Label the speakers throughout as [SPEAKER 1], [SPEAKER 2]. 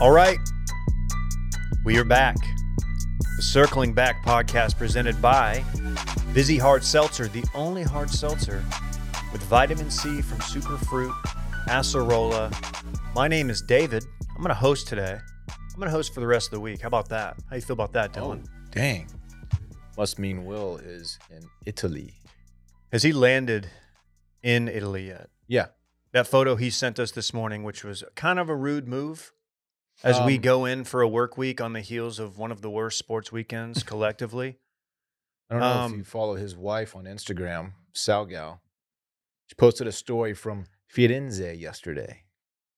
[SPEAKER 1] All right. We are back. The Circling Back podcast presented by Busy Hard Seltzer, the only hard seltzer with vitamin C from Superfruit, Acerola. My name is David. I'm going to host today. I'm going to host for the rest of the week. How about that? How you feel about that, Dylan?
[SPEAKER 2] Oh. dang. Must mean Will is in Italy.
[SPEAKER 1] Has he landed in Italy yet?
[SPEAKER 2] Yeah.
[SPEAKER 1] That photo he sent us this morning, which was kind of a rude move as we
[SPEAKER 2] Um,
[SPEAKER 1] go in for a work week on the heels of one of the worst sports weekends collectively.
[SPEAKER 2] I don't know
[SPEAKER 1] Um,
[SPEAKER 2] if you follow his wife on Instagram, Salgal. She posted a story from Firenze yesterday.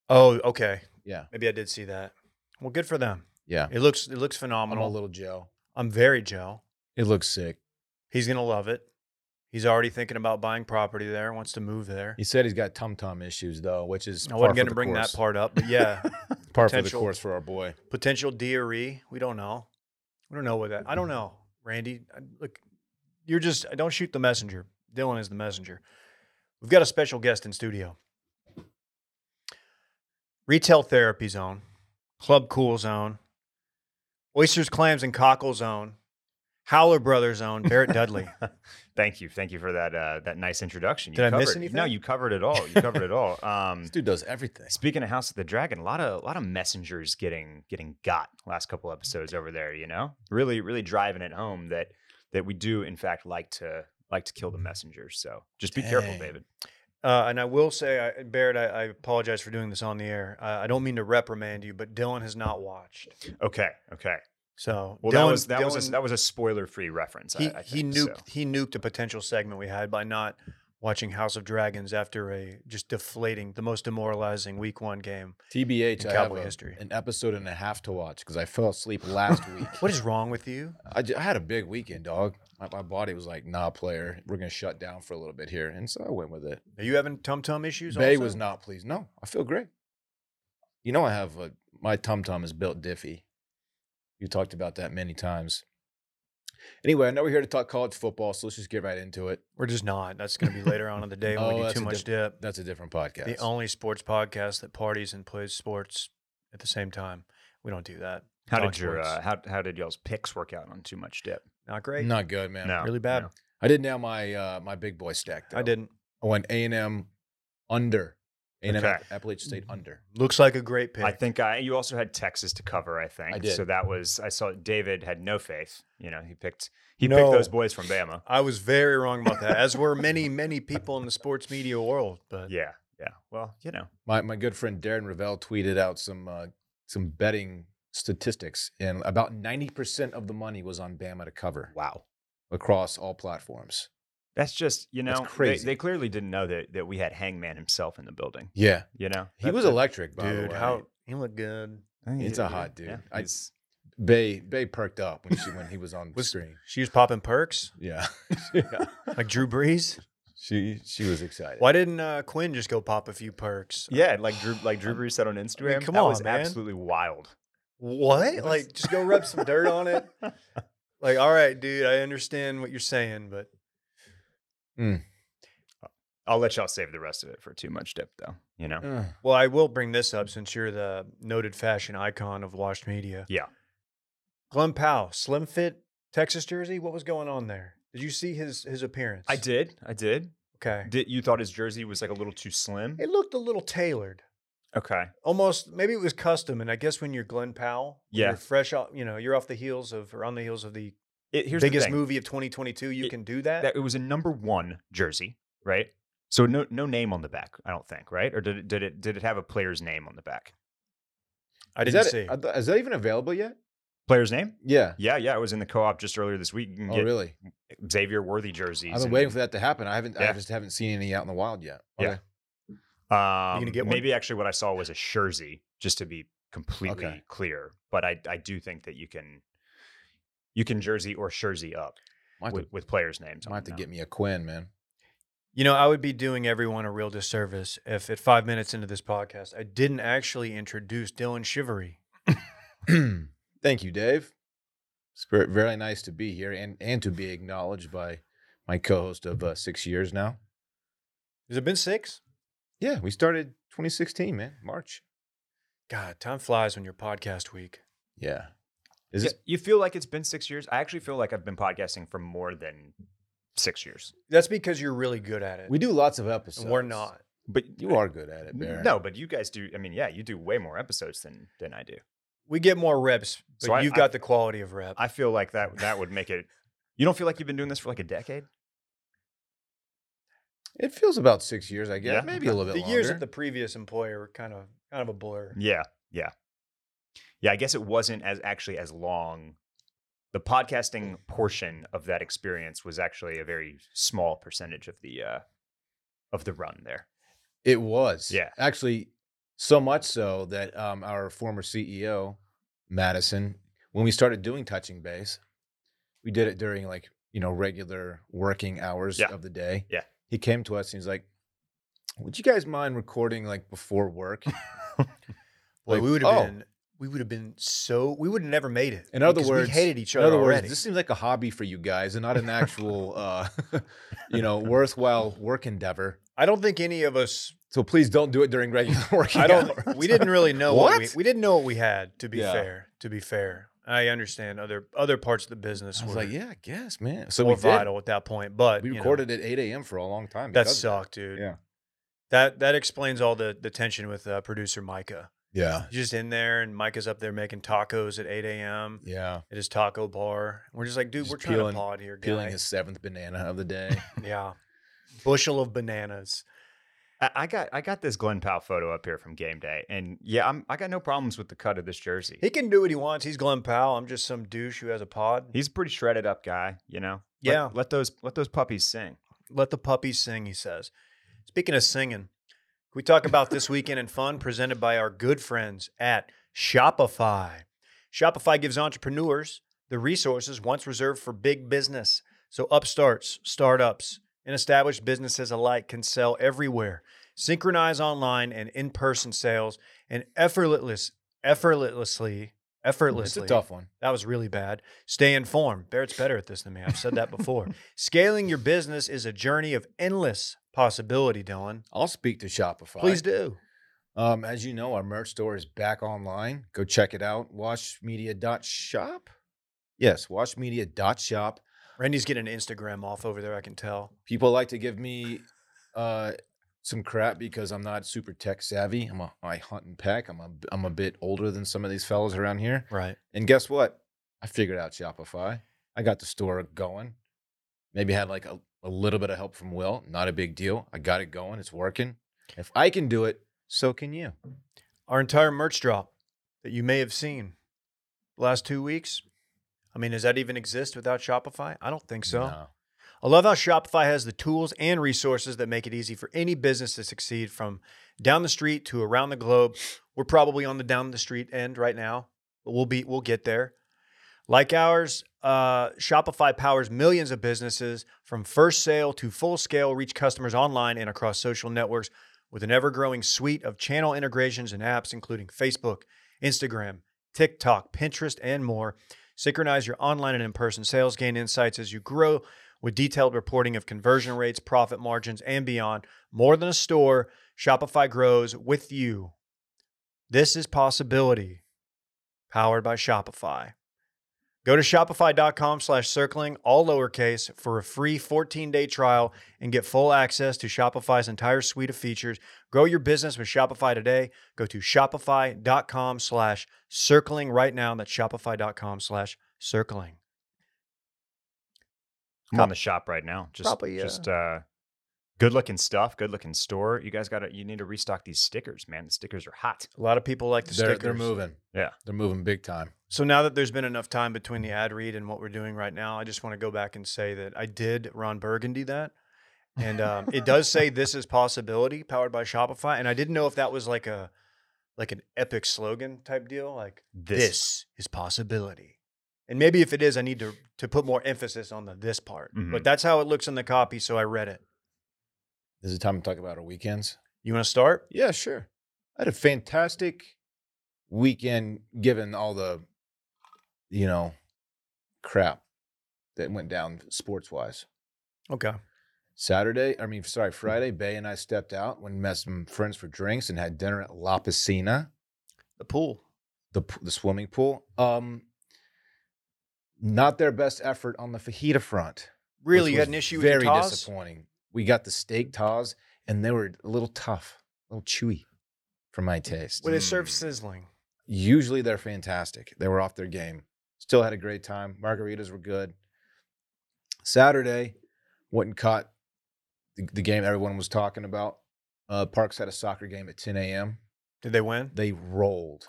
[SPEAKER 1] Oh, okay.
[SPEAKER 2] Yeah.
[SPEAKER 1] Maybe I did see that. Well, good for them.
[SPEAKER 2] Yeah.
[SPEAKER 1] It looks it looks
[SPEAKER 2] I'm a
[SPEAKER 1] phenomenal.
[SPEAKER 2] little Joe.
[SPEAKER 1] I'm very Joe.
[SPEAKER 2] It looks sick.
[SPEAKER 1] He's gonna love it. He's already thinking about buying property there. Wants to move there.
[SPEAKER 2] He said he's got tum tum issues though, which is
[SPEAKER 1] I
[SPEAKER 2] par
[SPEAKER 1] wasn't
[SPEAKER 2] for
[SPEAKER 1] gonna
[SPEAKER 2] the
[SPEAKER 1] bring
[SPEAKER 2] course.
[SPEAKER 1] that part up, but yeah,
[SPEAKER 2] Par for the
[SPEAKER 1] potential.
[SPEAKER 2] course for our boy.
[SPEAKER 1] potential DRE. We don't know. We don't know what that. I
[SPEAKER 3] Mm-hmm.
[SPEAKER 1] don't know, Randy. I- Look, you're just don't shoot the messenger. Dylan is the messenger. We've got a special guest in studio. Retail Therapy Zone, Club Cool Zone, Oysters, Clams, and Cockle Zone, Howler Brothers Zone, Barrett Dudley. Uh,
[SPEAKER 3] Thank you, thank you for that uh, that nice introduction. You
[SPEAKER 1] Did I miss
[SPEAKER 3] covered- No,
[SPEAKER 1] anything?
[SPEAKER 3] you covered it all. You covered it all. Um,
[SPEAKER 2] This dude does everything.
[SPEAKER 3] speaking of House of the Dragon, a lot of a lot of messengers getting getting got last couple episodes over there. You know, really really driving it home that that we do in fact like to like to kill the messengers. So just be careful,
[SPEAKER 2] Dang.
[SPEAKER 3] David.
[SPEAKER 1] Uh, and I will say, I, Barrett, I, I apologize for doing this on the air. Uh, I don't mean to reprimand you, but Dylan has not watched.
[SPEAKER 3] Okay, okay.
[SPEAKER 1] So
[SPEAKER 3] Well, that
[SPEAKER 1] Dylan-
[SPEAKER 3] was that was
[SPEAKER 1] Dylan-
[SPEAKER 3] a, that was a spoiler free reference.
[SPEAKER 1] he,
[SPEAKER 3] I, I think,
[SPEAKER 1] he
[SPEAKER 3] so.
[SPEAKER 1] nuked he nuked a potential segment we had by not watching House of Dragons after a just deflating the most demoralizing week one game.
[SPEAKER 2] TBH,
[SPEAKER 1] In
[SPEAKER 2] I have
[SPEAKER 1] cowboy
[SPEAKER 2] a-
[SPEAKER 1] history.
[SPEAKER 2] an episode and a half to watch because I fell asleep last week.
[SPEAKER 1] What is wrong with you?
[SPEAKER 2] I, ju- I had a big weekend, dog. My, my body was like, nah, player, we're gonna shut down for a little bit here, and so I went with it.
[SPEAKER 1] Are you having tum tum issues?
[SPEAKER 2] Bay
[SPEAKER 1] also?
[SPEAKER 2] was not pleased. No, I feel great. You know, I have a, my tum tum is built diffy. You talked about that many times. Anyway, I know we're here to talk college football, so let's just get right into it.
[SPEAKER 1] We're just not. That's going to be later on in the day when
[SPEAKER 2] Oh,
[SPEAKER 1] we do
[SPEAKER 2] that's
[SPEAKER 1] too
[SPEAKER 2] a
[SPEAKER 1] much
[SPEAKER 2] diff-
[SPEAKER 1] dip.
[SPEAKER 2] That's a different podcast.
[SPEAKER 1] The only sports podcast that parties and plays sports at the same time. We don't do that.
[SPEAKER 3] How
[SPEAKER 1] Talk
[SPEAKER 3] did your
[SPEAKER 1] sports.
[SPEAKER 3] uh, how how did y'all's picks work out on too much dip?
[SPEAKER 1] Not great.
[SPEAKER 2] Not good, man.
[SPEAKER 3] No,
[SPEAKER 1] really bad.
[SPEAKER 3] no.
[SPEAKER 2] I did now my uh, my big boy stack. Though.
[SPEAKER 1] I didn't.
[SPEAKER 2] I went A and M under. A and M
[SPEAKER 3] Okay.
[SPEAKER 2] Appalachian State
[SPEAKER 1] Mm-hmm.
[SPEAKER 2] under.
[SPEAKER 1] Looks like a great pick.
[SPEAKER 3] I think I you also had Texas to cover, I think.
[SPEAKER 2] I did.
[SPEAKER 3] So that was I saw David had no faith. You know, he picked he
[SPEAKER 1] No.
[SPEAKER 3] picked those boys from Bama.
[SPEAKER 1] I was very wrong about that, as were many, many people in the sports media world. But
[SPEAKER 3] Yeah. Yeah. Well, you know.
[SPEAKER 2] My my good friend Darren Ravel tweeted out some uh, some betting statistics, and about ninety percent of the money was on Bama to cover
[SPEAKER 3] Wow.
[SPEAKER 2] across all platforms.
[SPEAKER 3] That's just, you
[SPEAKER 2] That's
[SPEAKER 3] know, they,
[SPEAKER 2] crazy.
[SPEAKER 3] they clearly didn't know that that we had Hangman himself in the building.
[SPEAKER 2] Yeah,
[SPEAKER 3] You know?
[SPEAKER 2] he
[SPEAKER 3] That-
[SPEAKER 2] was
[SPEAKER 3] that-
[SPEAKER 2] electric. By the
[SPEAKER 1] dude,
[SPEAKER 2] way,
[SPEAKER 1] how he looked good.
[SPEAKER 3] I think he-
[SPEAKER 2] He's a
[SPEAKER 3] yeah,
[SPEAKER 2] hot dude.
[SPEAKER 3] yeah,
[SPEAKER 2] I-
[SPEAKER 3] he's-
[SPEAKER 2] Bay Bay perked up when she when he was on
[SPEAKER 1] Was-
[SPEAKER 2] screen.
[SPEAKER 1] She was popping perks
[SPEAKER 2] Yeah, yeah.
[SPEAKER 1] like Drew Brees.
[SPEAKER 2] she she was excited.
[SPEAKER 1] Why didn't uh, Quinn just go pop a few perks?
[SPEAKER 3] yeah, like Drew like Drew Brees said on Instagram.
[SPEAKER 1] come
[SPEAKER 3] that
[SPEAKER 1] on,
[SPEAKER 3] was
[SPEAKER 1] man.
[SPEAKER 3] absolutely wild.
[SPEAKER 1] What? Like, just go rub some dirt on it. Like, all right, dude, I understand what you're saying, but
[SPEAKER 3] I'll let y'all save the rest of it for too much dip though. You know?
[SPEAKER 2] Ugh.
[SPEAKER 1] well, I will bring this up since you're the noted fashion icon of washed media.
[SPEAKER 3] Yeah.
[SPEAKER 1] Glenn Powell, slim fit Texas jersey. What was going on there? Did you see his his appearance?
[SPEAKER 3] I did. I did.
[SPEAKER 1] Okay.
[SPEAKER 3] Did you thought his jersey was like a little too slim?
[SPEAKER 1] It looked a little tailored.
[SPEAKER 3] Okay.
[SPEAKER 1] almost maybe it was custom and i guess when you're glenn powell when
[SPEAKER 3] Yeah.
[SPEAKER 1] you're fresh off you know you're off the heels of or on the heels of the
[SPEAKER 3] It, here's the
[SPEAKER 1] biggest
[SPEAKER 3] thing.
[SPEAKER 1] movie of 2022 you
[SPEAKER 3] It-
[SPEAKER 1] can do that,
[SPEAKER 3] that it was a number one jersey, right? So no no name on the back, I don't think, right? Or did it did it did it have a player's name on the back?
[SPEAKER 1] i
[SPEAKER 2] Is
[SPEAKER 1] didn't
[SPEAKER 2] that-
[SPEAKER 1] see
[SPEAKER 2] I thought- is that even available yet?
[SPEAKER 3] Player's name?
[SPEAKER 2] Yeah.
[SPEAKER 3] Yeah, yeah. I was in the co-op just earlier this week. You can
[SPEAKER 2] Oh
[SPEAKER 3] get
[SPEAKER 2] really?
[SPEAKER 3] Xavier Worthy jerseys.
[SPEAKER 2] I've been waiting for that to happen. I haven't. I
[SPEAKER 3] Yeah.
[SPEAKER 2] just haven't seen any out in the wild yet.
[SPEAKER 3] Yeah. that. Um,
[SPEAKER 1] gonna get one?
[SPEAKER 3] maybe actually what I saw was a jersey, just to be completely
[SPEAKER 2] Okay.
[SPEAKER 3] clear. But I I do think that you can you can jersey or jersey up
[SPEAKER 2] Might have
[SPEAKER 3] with, with players' names.
[SPEAKER 2] to,
[SPEAKER 3] on
[SPEAKER 2] might
[SPEAKER 3] it
[SPEAKER 2] have to
[SPEAKER 3] now.
[SPEAKER 2] get me a Quinn, man.
[SPEAKER 1] you know i would be doing everyone a real disservice if at five minutes into this podcast i didn't actually introduce dylan shivery
[SPEAKER 2] Thank you, Dave. It's ver- very nice to be here and, and to be acknowledged by my co-host of uh, six years now.
[SPEAKER 1] has it been six
[SPEAKER 2] Yeah, we started 2016, man, March.
[SPEAKER 1] God, time flies when you're podcast week.
[SPEAKER 2] Yeah. Is
[SPEAKER 3] Yeah,
[SPEAKER 2] it?
[SPEAKER 3] you feel like it's been six years? I actually feel like I've been podcasting for more than six years.
[SPEAKER 1] That's because you're really good at it.
[SPEAKER 2] We do lots of episodes.
[SPEAKER 1] and we're not.
[SPEAKER 3] But
[SPEAKER 2] You are good at it, Bear.
[SPEAKER 3] No, but you guys do. I mean, yeah, you do way more episodes than than I do.
[SPEAKER 1] We get more reps, but
[SPEAKER 3] So I-
[SPEAKER 1] you've
[SPEAKER 3] I-
[SPEAKER 1] got the quality of rep.
[SPEAKER 3] I feel like that that would make it. You don't feel like you've been doing this for like a decade?
[SPEAKER 2] It feels about six years, I guess.
[SPEAKER 3] Yeah.
[SPEAKER 2] Maybe a little bit
[SPEAKER 1] the years at
[SPEAKER 2] longer.
[SPEAKER 1] the previous employer were kind of kind of a blur.
[SPEAKER 3] Yeah, yeah, yeah. I guess it wasn't as actually as long. The podcasting portion of that experience was actually a very small percentage of the uh, of the run there.
[SPEAKER 2] It was.
[SPEAKER 3] Yeah.
[SPEAKER 2] Actually, so much so that um, our former CEO, Madison, when we started doing touching base, we did it during like, you know, regular working hours
[SPEAKER 3] Yeah.
[SPEAKER 2] of the day.
[SPEAKER 3] Yeah.
[SPEAKER 2] He came to us and he's like, Would you guys mind recording like before work?
[SPEAKER 1] Boy,
[SPEAKER 2] Like,
[SPEAKER 1] we would have
[SPEAKER 2] oh.
[SPEAKER 1] been we would have been so we would have never made it.
[SPEAKER 2] In other
[SPEAKER 1] because
[SPEAKER 2] words-
[SPEAKER 1] we hated each
[SPEAKER 2] In
[SPEAKER 1] other
[SPEAKER 2] other words,
[SPEAKER 1] already.
[SPEAKER 2] this seems like a hobby for you guys and not an actual, uh, you know, worthwhile work endeavor.
[SPEAKER 1] I don't think any of us.
[SPEAKER 2] So please don't do it during regular working
[SPEAKER 1] I don't.
[SPEAKER 2] hours.
[SPEAKER 1] we didn't really know what, we,
[SPEAKER 2] What?
[SPEAKER 1] we didn't know what we had. To be
[SPEAKER 2] Yeah.
[SPEAKER 1] fair, to be fair, I understand other other parts of the business
[SPEAKER 2] I
[SPEAKER 1] were
[SPEAKER 2] was like, yeah, I guess, man. So
[SPEAKER 1] more
[SPEAKER 2] we did.
[SPEAKER 1] vital at that point. But
[SPEAKER 2] We
[SPEAKER 1] you know,
[SPEAKER 2] recorded at 8 a.m. for a long time.
[SPEAKER 1] that
[SPEAKER 2] because of
[SPEAKER 1] sucked, dude.
[SPEAKER 2] Yeah.
[SPEAKER 1] That that explains all the the tension with uh, producer Micah.
[SPEAKER 2] Yeah.
[SPEAKER 1] He's just in there, and Micah's up there making tacos at 8 a.m.
[SPEAKER 2] Yeah.
[SPEAKER 1] at his taco bar. We're just like, dude,
[SPEAKER 2] Just
[SPEAKER 1] we're trying
[SPEAKER 2] peeling-
[SPEAKER 1] to pod here,
[SPEAKER 2] Peeling
[SPEAKER 1] guy.
[SPEAKER 2] his seventh banana of the day.
[SPEAKER 1] yeah, bushel of bananas.
[SPEAKER 3] I, I got I got this Glenn Powell photo up here from game day, and yeah, I'm I got no problems with the cut of this jersey.
[SPEAKER 1] He can do what he wants. He's Glenn Powell. I'm just some douche who has a pod.
[SPEAKER 3] He's a pretty shredded up guy, you know. Let-
[SPEAKER 1] Yeah.
[SPEAKER 3] Let, those let those puppies sing.
[SPEAKER 1] Let the puppies sing, he says. Speaking of singing, can we talk about this weekend in fun presented by our good friends at Shopify. Shopify gives entrepreneurs the resources once reserved for big business. So upstarts, startups, and established businesses alike can sell everywhere. Synchronize online and in-person sales and effortless, effortlessly,
[SPEAKER 2] it's
[SPEAKER 1] effortlessly.
[SPEAKER 2] a tough one.
[SPEAKER 1] That was really bad. Stay informed. Barrett's better at this than me. I've said that before. Scaling your business is a journey of endless possibility, Dylan.
[SPEAKER 2] I'll speak to Shopify.
[SPEAKER 1] Please do.
[SPEAKER 2] Um, as you know, our merch store is back online. Go check it out. Washmedia.shop. Yes, washmedia.shop.
[SPEAKER 1] Randy's getting an Instagram off over there, I can tell.
[SPEAKER 2] People like to give me uh, some crap because I'm not super tech savvy. I'm a I hunt and peck. I'm a I'm a bit older than some of these fellas around here.
[SPEAKER 1] Right.
[SPEAKER 2] And guess what? I figured out Shopify. I got the store going. Maybe had like a, a little bit of help from Will. Not a big deal. I got it going. It's working. If I can do it, so can you.
[SPEAKER 1] Our entire merch drop that you may have seen the last two weeks. I mean, does that even exist without Shopify? I don't think so.
[SPEAKER 2] No.
[SPEAKER 1] I love how Shopify has the tools and resources that make it easy for any business to succeed from down the street to around the globe. We're probably on the down the street end right now, but we'll be we'll get there. Like ours, uh, Shopify powers millions of businesses from first sale to full scale, reach customers online and across social networks with an ever growing suite of channel integrations and apps, including Facebook, Instagram, TikTok, Pinterest, and more. Synchronize your online and in person sales, gain insights as you grow with detailed reporting of conversion rates, profit margins, and beyond. More than a store, Shopify grows with you. This is possibility powered by Shopify. Go to shopify.com slash circling, all lowercase, for a free 14 day trial and get full access to Shopify's entire suite of features. Grow your business with Shopify today. Go to shopify.com slash circling right now. That's shopify.com slash circling.
[SPEAKER 3] I'm on the shop right now. Just
[SPEAKER 1] probably, uh,
[SPEAKER 3] just uh, good looking stuff. Good looking store. You guys got to you need to restock these stickers, man. The stickers are hot.
[SPEAKER 1] A lot of people like the
[SPEAKER 2] They're,
[SPEAKER 1] stickers.
[SPEAKER 2] they're moving.
[SPEAKER 3] Yeah.
[SPEAKER 2] They're moving big time.
[SPEAKER 1] So now that there's been enough time between the ad read and what we're doing right now, I just want to go back and say that I did Ron Burgundy that. And um, it does say this is possibility powered by Shopify. And I didn't know if that was like a like an epic slogan type deal, like this, is possibility. And maybe if it is, I need to to put more emphasis on the this part. But
[SPEAKER 3] Mhm.
[SPEAKER 1] that's how it looks in the copy, so I read it.
[SPEAKER 2] This is the time to talk about our weekends.
[SPEAKER 1] You want to start?
[SPEAKER 2] Yeah, sure. I had a fantastic weekend given all the, you know, crap that went down sports wise.
[SPEAKER 1] Okay.
[SPEAKER 2] Saturday, I mean, sorry, Friday, Bay and I stepped out, went and met some friends for drinks and had dinner at La Piscina.
[SPEAKER 4] The pool.
[SPEAKER 2] the p- the swimming pool. Um, not their best effort on the fajita front. which
[SPEAKER 1] Really, you
[SPEAKER 2] was
[SPEAKER 1] had an issue with
[SPEAKER 2] Very
[SPEAKER 1] your Taws?
[SPEAKER 2] disappointing. We got the steak tas, and they were a little tough, a little chewy, for my taste.
[SPEAKER 1] Well, they served
[SPEAKER 3] Mm.
[SPEAKER 1] sizzling.
[SPEAKER 2] Usually they're fantastic. They were off their game. Still had a great time. Margaritas were good. Saturday, went and caught the, the game everyone was talking about. Uh, Parks had a soccer game at 10 a.m.
[SPEAKER 1] Did they win?
[SPEAKER 2] They rolled.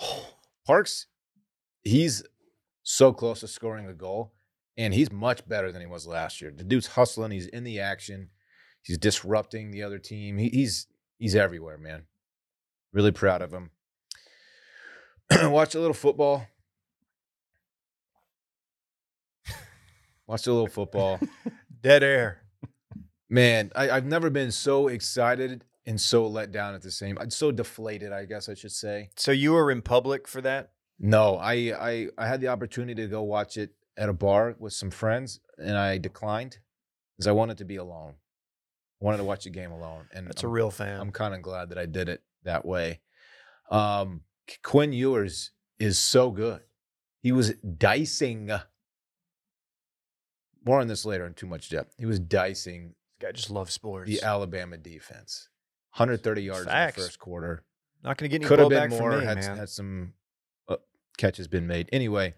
[SPEAKER 2] Parks, he's so close to scoring a goal, and he's much better than he was last year. The dude's hustling. He's in the action. He's disrupting the other team. He, he's he's everywhere, man. Really proud of him. Watch a little football. Watch a little football.
[SPEAKER 1] Dead air.
[SPEAKER 2] Man, I, I've never been so excited and so let down at the same. I'm so deflated, I guess I should say.
[SPEAKER 1] So you were in public for that?
[SPEAKER 2] No, I, I I had the opportunity to go watch it at a bar with some friends, and I declined because I wanted to be alone. I wanted to watch the game alone, and
[SPEAKER 1] That's
[SPEAKER 2] I'm,
[SPEAKER 1] a real fan.
[SPEAKER 2] I'm kind of glad that I did it that way. Um, K- Quinn Ewers is so good. He was dicing. More on this later in too much depth. He was dicing
[SPEAKER 1] This guy just loves sports.
[SPEAKER 2] the Alabama defense. 130 yards
[SPEAKER 1] Facts.
[SPEAKER 2] in the first quarter.
[SPEAKER 1] Not going to get any
[SPEAKER 2] Could have been
[SPEAKER 1] blowback
[SPEAKER 2] more
[SPEAKER 1] from me,
[SPEAKER 2] had,
[SPEAKER 1] man.
[SPEAKER 2] had some uh, catches been made. Anyway,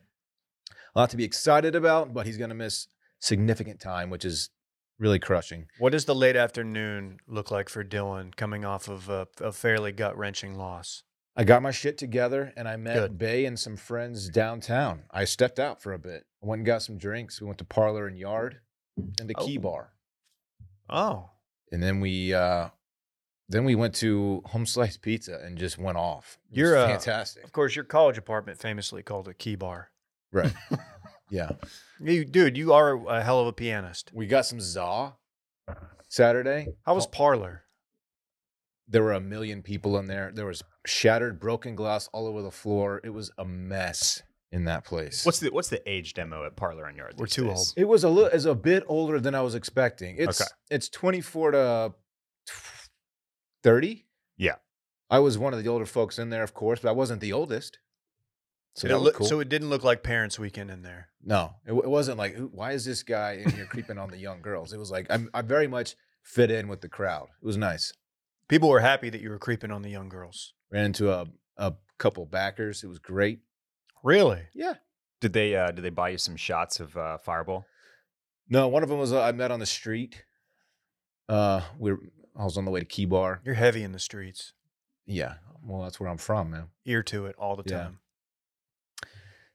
[SPEAKER 2] a lot to be excited about, but he's going to miss significant time, which is really crushing.
[SPEAKER 1] What does the late afternoon look like for Dylan coming off of a, a fairly gut wrenching loss?
[SPEAKER 2] I got my shit together and I met
[SPEAKER 1] Good.
[SPEAKER 2] Bay and some friends downtown. I stepped out for a bit. I went and got some drinks. We went to Parlor and Yard and to Key
[SPEAKER 1] Oh.
[SPEAKER 2] Bar.
[SPEAKER 1] Oh,
[SPEAKER 2] And then we uh then we went to Home Slice Pizza and just went off. It was
[SPEAKER 1] You're, uh,
[SPEAKER 2] fantastic.
[SPEAKER 1] of course, your college apartment famously called a key bar.
[SPEAKER 2] Right. yeah.
[SPEAKER 1] You, dude, you are a hell of a pianist.
[SPEAKER 2] We got some za Saturday.
[SPEAKER 1] How was Parlor?
[SPEAKER 2] there were a million people in there. There was shattered, broken glass all over the floor. It was a mess in that place.
[SPEAKER 3] What's the what's the age demo at Parlor and Yard?
[SPEAKER 1] We're
[SPEAKER 3] these
[SPEAKER 1] too
[SPEAKER 3] days?
[SPEAKER 1] old.
[SPEAKER 2] it was a little is a bit older than I was expecting. It's
[SPEAKER 3] Okay.
[SPEAKER 2] it's 24 to 30.
[SPEAKER 3] Yeah.
[SPEAKER 2] I was one of the older folks in there, of course, but I wasn't the oldest. So
[SPEAKER 1] Did it
[SPEAKER 2] that was
[SPEAKER 1] look-
[SPEAKER 2] cool.
[SPEAKER 1] so it didn't look like Parents Weekend in there.
[SPEAKER 2] No, it, w- it wasn't like, "Who- why is this guy in here creeping on the young girls? It was like, I'm, I very much fit in with the crowd. It was nice.
[SPEAKER 1] People were happy that you were creeping on the young girls.
[SPEAKER 2] ran into a, a couple backers. It was great.
[SPEAKER 1] Really?
[SPEAKER 2] Yeah.
[SPEAKER 3] Did they uh, did they buy you some shots of uh, Fireball?
[SPEAKER 2] No, one of them was uh, I met on the street. Uh, we were, I was on the way to Key Bar.
[SPEAKER 1] You're heavy in the streets.
[SPEAKER 2] Yeah, well, that's where I'm from, man.
[SPEAKER 1] Ear to it all the
[SPEAKER 2] Yeah.
[SPEAKER 1] time.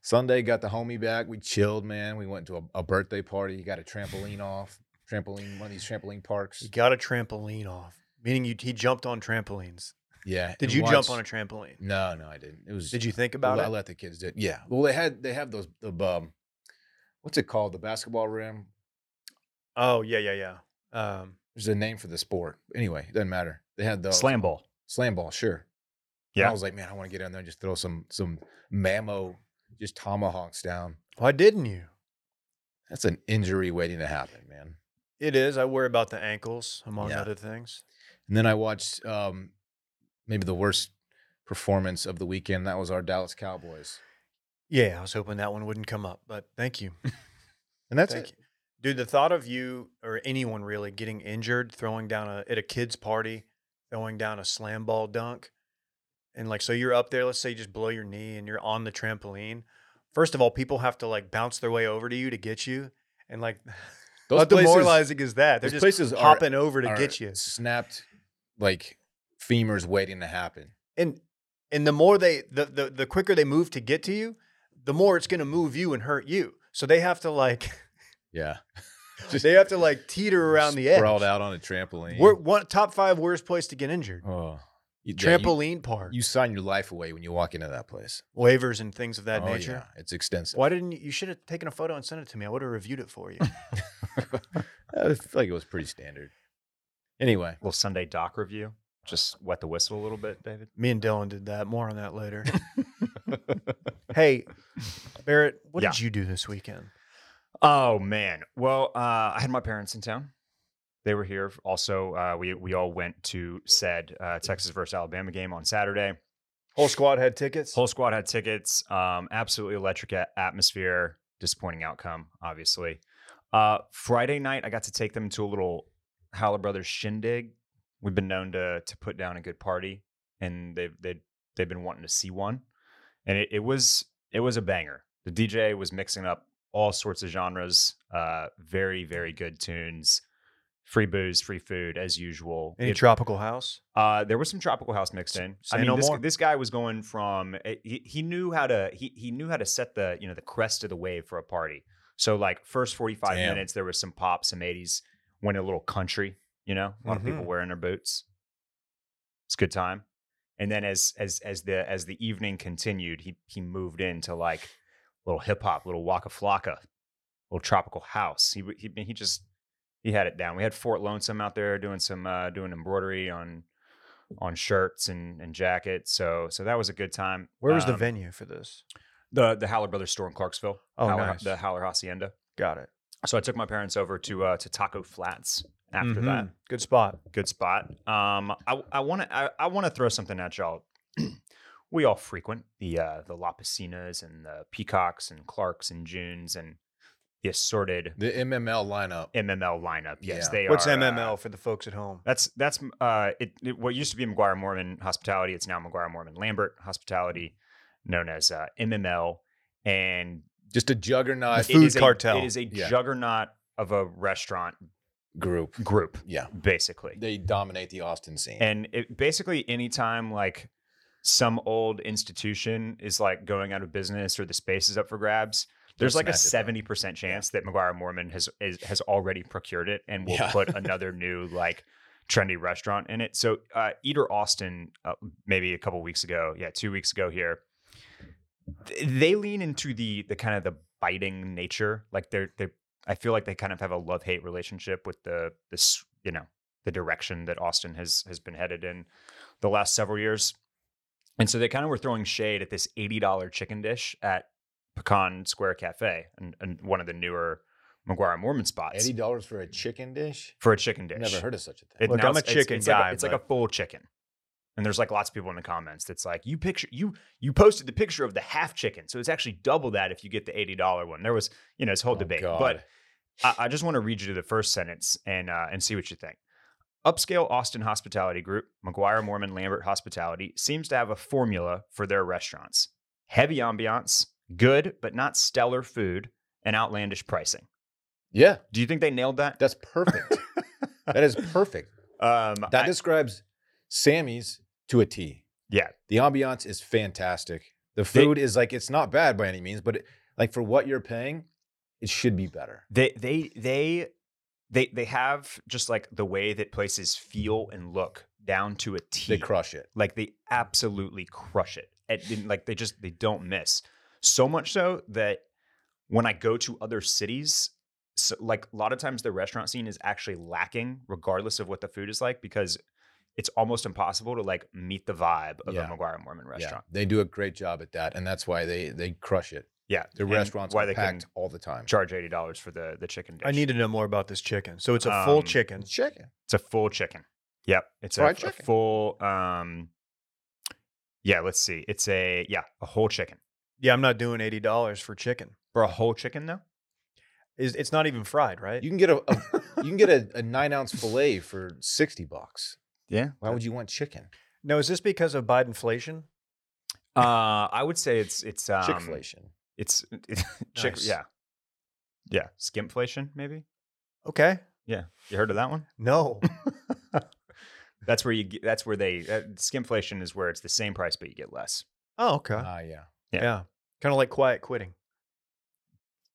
[SPEAKER 2] Sunday got the homie back. We chilled, man. We went to a, a birthday party. Got a trampoline off trampoline, one of these trampoline parks.
[SPEAKER 1] You got a trampoline off, meaning you, he jumped on trampolines.
[SPEAKER 2] Yeah.
[SPEAKER 1] Did
[SPEAKER 2] and
[SPEAKER 1] you jump
[SPEAKER 2] watched-
[SPEAKER 1] on a trampoline?
[SPEAKER 2] No, no, I didn't. It was.
[SPEAKER 1] Did you think
[SPEAKER 2] well,
[SPEAKER 1] about
[SPEAKER 2] I
[SPEAKER 1] it?
[SPEAKER 2] let the kids do. it. Yeah. Well, they had they have those the um, what's it called? The basketball rim.
[SPEAKER 1] Oh yeah, yeah, yeah. Um,
[SPEAKER 2] There's a name for the sport. Anyway, it doesn't matter. They had those
[SPEAKER 3] Slam ball.
[SPEAKER 2] slam ball. Sure. And
[SPEAKER 3] Yeah.
[SPEAKER 2] I was like, man, I want to get down there and just throw some some mammo, just tomahawks down.
[SPEAKER 1] why didn't you?
[SPEAKER 2] That's an injury waiting to happen, man.
[SPEAKER 1] It is. I worry about the ankles, among
[SPEAKER 2] Yeah.
[SPEAKER 1] other things.
[SPEAKER 2] And then I watched um, maybe the worst performance of the weekend. That was our Dallas Cowboys.
[SPEAKER 1] Yeah, I was hoping that one wouldn't come up, but thank you.
[SPEAKER 2] And that's
[SPEAKER 1] thank
[SPEAKER 2] it.
[SPEAKER 1] you. Dude, the thought of you or anyone really getting injured, throwing down a at a kid's party, throwing down a slam ball dunk, and like so you're up there, let's say you just blow your knee and you're on the trampoline. First of all, people have to like bounce their way over to you to get you. And like
[SPEAKER 2] Those
[SPEAKER 1] how
[SPEAKER 2] places,
[SPEAKER 1] demoralizing is that? They're
[SPEAKER 2] those
[SPEAKER 1] just
[SPEAKER 2] places are-
[SPEAKER 1] hopping over to
[SPEAKER 2] are
[SPEAKER 1] get you.
[SPEAKER 2] Snapped like femurs waiting to happen.
[SPEAKER 1] and and the more they the, the the quicker they move to get to you the more it's going to move you and hurt you so they have to like
[SPEAKER 2] Yeah.
[SPEAKER 1] they have to like teeter around the edge
[SPEAKER 2] Sprawled out on a trampoline.
[SPEAKER 1] We're one top five worst place to get injured
[SPEAKER 2] oh. You, yeah, you-
[SPEAKER 1] trampoline park
[SPEAKER 2] you sign your life away when you walk into that place.
[SPEAKER 1] waivers and things of that
[SPEAKER 2] Oh,
[SPEAKER 1] nature
[SPEAKER 2] yeah. It's extensive.
[SPEAKER 1] why didn't you, you should have taken a photo and sent it to me i would have reviewed it for you
[SPEAKER 2] I feel like it was pretty standard. Anyway.
[SPEAKER 3] little Sunday doc review. Just wet the whistle a little bit, David.
[SPEAKER 1] me and dylan did that more on that later hey barrett what
[SPEAKER 3] Yeah.
[SPEAKER 1] did you do this weekend
[SPEAKER 3] Oh man. Well, uh, I had my parents in town. They were here. Also, uh, we we all went to said uh, Texas versus Alabama game on Saturday.
[SPEAKER 2] Whole squad had tickets.
[SPEAKER 3] Whole squad had tickets. Um, absolutely electric a- atmosphere. Disappointing outcome, obviously. Uh, Friday night, I got to take them to a little Howler Brothers shindig. We've been known to to put down a good party, and they've they they've been wanting to see one, and it, it was it was a banger. The DJ was mixing up all sorts of genres. Uh, very very good tunes. Free booze, free food, as usual.
[SPEAKER 1] Any
[SPEAKER 3] It-
[SPEAKER 1] tropical house?
[SPEAKER 3] uh, there was some tropical house mixed in.
[SPEAKER 1] Say
[SPEAKER 3] I mean,
[SPEAKER 1] no
[SPEAKER 3] this,
[SPEAKER 1] more.
[SPEAKER 3] this guy was going from eh, he, he knew how to he he knew how to set the you know the crest of the wave for a party. So like first forty five
[SPEAKER 2] Damn.
[SPEAKER 3] minutes, there was some pop, some eighties, went a little country. You know, a lot of people
[SPEAKER 1] Mhm.
[SPEAKER 3] wearing their boots. It's a good time. And then as as as the as the evening continued, he he moved into like little hip hop, little waka flocka, little tropical house. He w- he he just he had it down. We had Fort Lonesome out there doing some uh, doing embroidery on on shirts and and jackets. So so that was a good time.
[SPEAKER 1] Where was the
[SPEAKER 3] Um,
[SPEAKER 1] venue for this?
[SPEAKER 3] The the Howler Brothers store in Clarksville.
[SPEAKER 1] Oh,
[SPEAKER 3] Howler,
[SPEAKER 1] nice.
[SPEAKER 3] the Howler Hacienda.
[SPEAKER 1] Got it.
[SPEAKER 3] So I took my parents over to uh, to Taco Flats after that.
[SPEAKER 1] Mm-hmm. Good spot.
[SPEAKER 3] Good spot. Um, I I want to I, I want to throw something at y'all. we all frequent the uh, the La Piscinas and the Peacocks and Clarks and Junes and the assorted
[SPEAKER 2] The MML lineup.
[SPEAKER 3] MML lineup. Yes,
[SPEAKER 2] Yeah.
[SPEAKER 3] they
[SPEAKER 1] What's
[SPEAKER 3] are. uh,
[SPEAKER 1] MML for the folks at home?
[SPEAKER 3] That's that's uh, it, it- What used to be McGuire Mormon Hospitality, it's now McGuire Mormon Lambert Hospitality, known as uh, MML, and
[SPEAKER 2] Just a juggernaut
[SPEAKER 1] The
[SPEAKER 3] it
[SPEAKER 1] food
[SPEAKER 3] is a-
[SPEAKER 1] cartel.
[SPEAKER 3] it is a
[SPEAKER 2] Yeah.
[SPEAKER 3] juggernaut of a restaurant
[SPEAKER 2] group.
[SPEAKER 3] group,
[SPEAKER 2] Yeah.
[SPEAKER 3] basically.
[SPEAKER 2] They dominate the Austin scene.
[SPEAKER 3] And it, basically, anytime like some old institution is like going out of business or the space is up for grabs, there's
[SPEAKER 2] They'll
[SPEAKER 3] like a
[SPEAKER 2] snatch it up.
[SPEAKER 3] seventy percent chance that McGuire Mormon has is, has already procured it and will
[SPEAKER 2] Yeah.
[SPEAKER 3] put another new like trendy restaurant in it. So uh, Eater Austin, uh, maybe a couple weeks ago, yeah, two weeks ago here, th- they lean into the the kind of the biting nature. Like they're they, I feel like they kind of have a love hate relationship with the this you know the direction that Austin has has been headed in the last several years. And so they kind of were throwing shade at this $80 chicken dish at Pecan Square Cafe and, and one of the newer McGuire Mormon spots
[SPEAKER 2] Eighty dollars for a chicken dish?
[SPEAKER 3] for a chicken dish.
[SPEAKER 2] Never heard of such a thing.
[SPEAKER 3] It-
[SPEAKER 1] Look,
[SPEAKER 3] now
[SPEAKER 1] I'm a
[SPEAKER 3] it's-
[SPEAKER 1] chicken
[SPEAKER 3] it's,
[SPEAKER 1] guy,
[SPEAKER 3] Like a, it's like a
[SPEAKER 1] but-
[SPEAKER 3] full chicken. And there's like lots of people in the comments that's like, you picture you you posted the picture of the half chicken. So it's actually double that if you get the $80 one. There was, you know, this whole
[SPEAKER 2] Oh,
[SPEAKER 3] debate.
[SPEAKER 2] God.
[SPEAKER 3] But I, I just want to read you the first sentence and uh, and see what you think. Upscale Austin Hospitality Group, McGuire Mormon Lambert Hospitality, seems to have a formula for their restaurants: heavy ambiance, good but not stellar food, and outlandish pricing.
[SPEAKER 2] yeah,
[SPEAKER 3] Do you think they nailed that?
[SPEAKER 2] that's perfect. that is perfect.
[SPEAKER 3] Um,
[SPEAKER 2] That
[SPEAKER 3] I-
[SPEAKER 2] describes Sammy's to a T.
[SPEAKER 3] Yeah.
[SPEAKER 2] The ambiance is fantastic. The
[SPEAKER 3] They-
[SPEAKER 2] food is like it's not bad by any means, but it, like for what you're paying, it should be better.
[SPEAKER 3] they they they they they have just like the way that places feel and look down to a T.
[SPEAKER 2] They crush it.
[SPEAKER 3] like they absolutely crush it and, and, like they just they don't miss so much so that when i go to other cities so like a lot of times the restaurant scene is actually lacking regardless of what the food is like because it's almost impossible to like meet the vibe of
[SPEAKER 2] Yeah.
[SPEAKER 3] a mcguire mormon restaurant
[SPEAKER 2] Yeah, they do a great job at that, and that's why they they crush it.
[SPEAKER 3] yeah,
[SPEAKER 2] The
[SPEAKER 3] and
[SPEAKER 2] restaurants
[SPEAKER 3] why
[SPEAKER 2] are
[SPEAKER 3] they can
[SPEAKER 2] packed all the time.
[SPEAKER 3] charge $80 for the the chicken dish
[SPEAKER 1] I need to know more about this chicken. So it's a full
[SPEAKER 3] Um,
[SPEAKER 1] chicken.
[SPEAKER 2] Chicken.
[SPEAKER 3] It's a full chicken. Yep. It's a,
[SPEAKER 2] Fried
[SPEAKER 3] a
[SPEAKER 2] chicken.
[SPEAKER 3] full um yeah, let's see. It's a yeah, a whole chicken.
[SPEAKER 1] Yeah, I'm not doing eighty dollars for chicken.
[SPEAKER 3] For a whole chicken though?
[SPEAKER 1] Is it's not even fried, right?
[SPEAKER 2] You can get a, a you can get a, a nine ounce fillet for sixty bucks.
[SPEAKER 3] Yeah.
[SPEAKER 2] Why would you want chicken?
[SPEAKER 1] no, is this because of Bidenflation?
[SPEAKER 3] Uh I would say it's it's um
[SPEAKER 2] Chickflation.
[SPEAKER 3] It's it, chick
[SPEAKER 1] Nice.
[SPEAKER 3] yeah. Yeah, skimpflation maybe.
[SPEAKER 1] Okay.
[SPEAKER 3] You heard of that one?
[SPEAKER 1] No.
[SPEAKER 3] That's where you get, that's where they uh, skimpflation is where it's the same price but you get less.
[SPEAKER 1] oh, okay.
[SPEAKER 2] Ah, yeah.
[SPEAKER 1] yeah.
[SPEAKER 3] Uh, yeah.
[SPEAKER 1] Kind of like quiet quitting.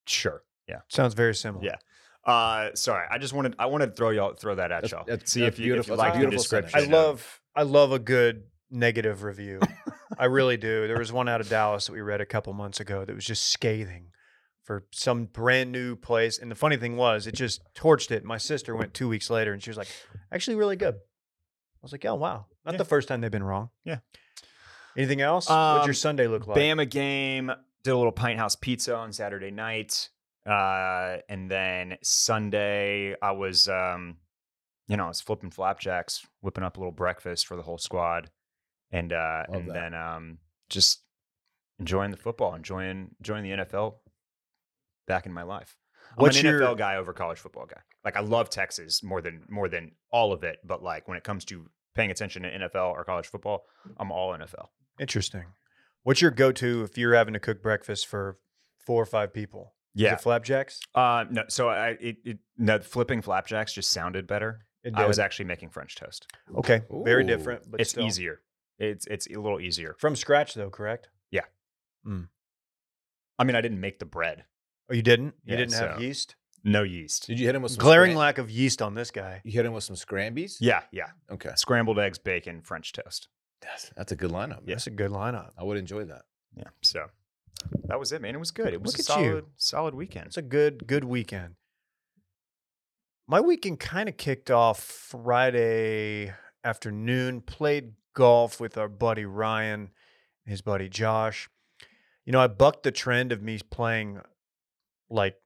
[SPEAKER 3] Sure. Yeah.
[SPEAKER 1] Sounds very similar.
[SPEAKER 3] Yeah. Uh sorry, I just wanted I wanted to throw y'all throw that at
[SPEAKER 2] That's-
[SPEAKER 3] y'all.
[SPEAKER 2] that's-
[SPEAKER 3] See
[SPEAKER 2] that's
[SPEAKER 3] if you, if you
[SPEAKER 2] beautiful.
[SPEAKER 1] That's a
[SPEAKER 3] like the
[SPEAKER 2] beautiful sentence.
[SPEAKER 3] description.
[SPEAKER 1] I
[SPEAKER 2] Yeah.
[SPEAKER 1] love I love a good negative review. I really do. There was one out of Dallas that we read a couple months ago that was just scathing for some brand new place. And the funny thing was, it just torched it. My sister went two weeks later and she was like, actually really good. I was like, oh wow. Not
[SPEAKER 3] Yeah.
[SPEAKER 1] the first time they've been wrong.
[SPEAKER 3] Yeah.
[SPEAKER 1] Anything else? What'd your
[SPEAKER 3] Um,
[SPEAKER 1] Sunday look like?
[SPEAKER 3] Bama game, did a little pint house pizza on Saturday night. Uh, and then Sunday, I was, um, you know, I was flipping flapjacks, whipping up a little breakfast for the whole squad. and uh,
[SPEAKER 2] Love
[SPEAKER 3] and
[SPEAKER 2] that.
[SPEAKER 3] then um, just enjoying the football, enjoying enjoying the NFL back in my life. I'm
[SPEAKER 1] What's
[SPEAKER 3] an
[SPEAKER 1] your-
[SPEAKER 3] NFL guy over college football guy. Like I love Texas more than more than all of it, but like when it comes to paying attention to NFL or college football, I'm all NFL.
[SPEAKER 1] Interesting. What's your go-to if you're having to cook breakfast for four or five people? Is it flapjacks.
[SPEAKER 3] Uh, no. So I it, it no flipping flapjacks just sounded better.
[SPEAKER 1] It
[SPEAKER 3] I was
[SPEAKER 1] did.
[SPEAKER 3] actually making French toast.
[SPEAKER 1] okay. Very
[SPEAKER 2] Ooh.
[SPEAKER 1] different, but
[SPEAKER 3] it's
[SPEAKER 1] still.
[SPEAKER 3] easier. It's it's a little easier.
[SPEAKER 1] from scratch though. Correct.
[SPEAKER 3] I mean, I didn't make the bread.
[SPEAKER 1] Oh, you didn't. You
[SPEAKER 3] Yeah,
[SPEAKER 1] didn't have
[SPEAKER 3] so-
[SPEAKER 1] yeast.
[SPEAKER 3] No yeast.
[SPEAKER 2] Did you hit him with some
[SPEAKER 1] Glaring
[SPEAKER 2] scram-
[SPEAKER 1] lack of yeast on this guy.
[SPEAKER 2] You hit him with some scrambies.
[SPEAKER 3] Yeah, yeah.
[SPEAKER 2] Okay.
[SPEAKER 3] Scrambled eggs, bacon, French toast.
[SPEAKER 2] That's, that's a good lineup. man.
[SPEAKER 1] That's a good lineup.
[SPEAKER 2] I would enjoy that.
[SPEAKER 3] Yeah. So that was it, man. It was good. It was
[SPEAKER 1] Look
[SPEAKER 3] a
[SPEAKER 1] at you.
[SPEAKER 3] solid, solid weekend.
[SPEAKER 1] It's a good good weekend. My weekend kind of kicked off Friday afternoon. Played golf with our buddy Ryan, his buddy Josh. You know, I bucked the trend of me playing like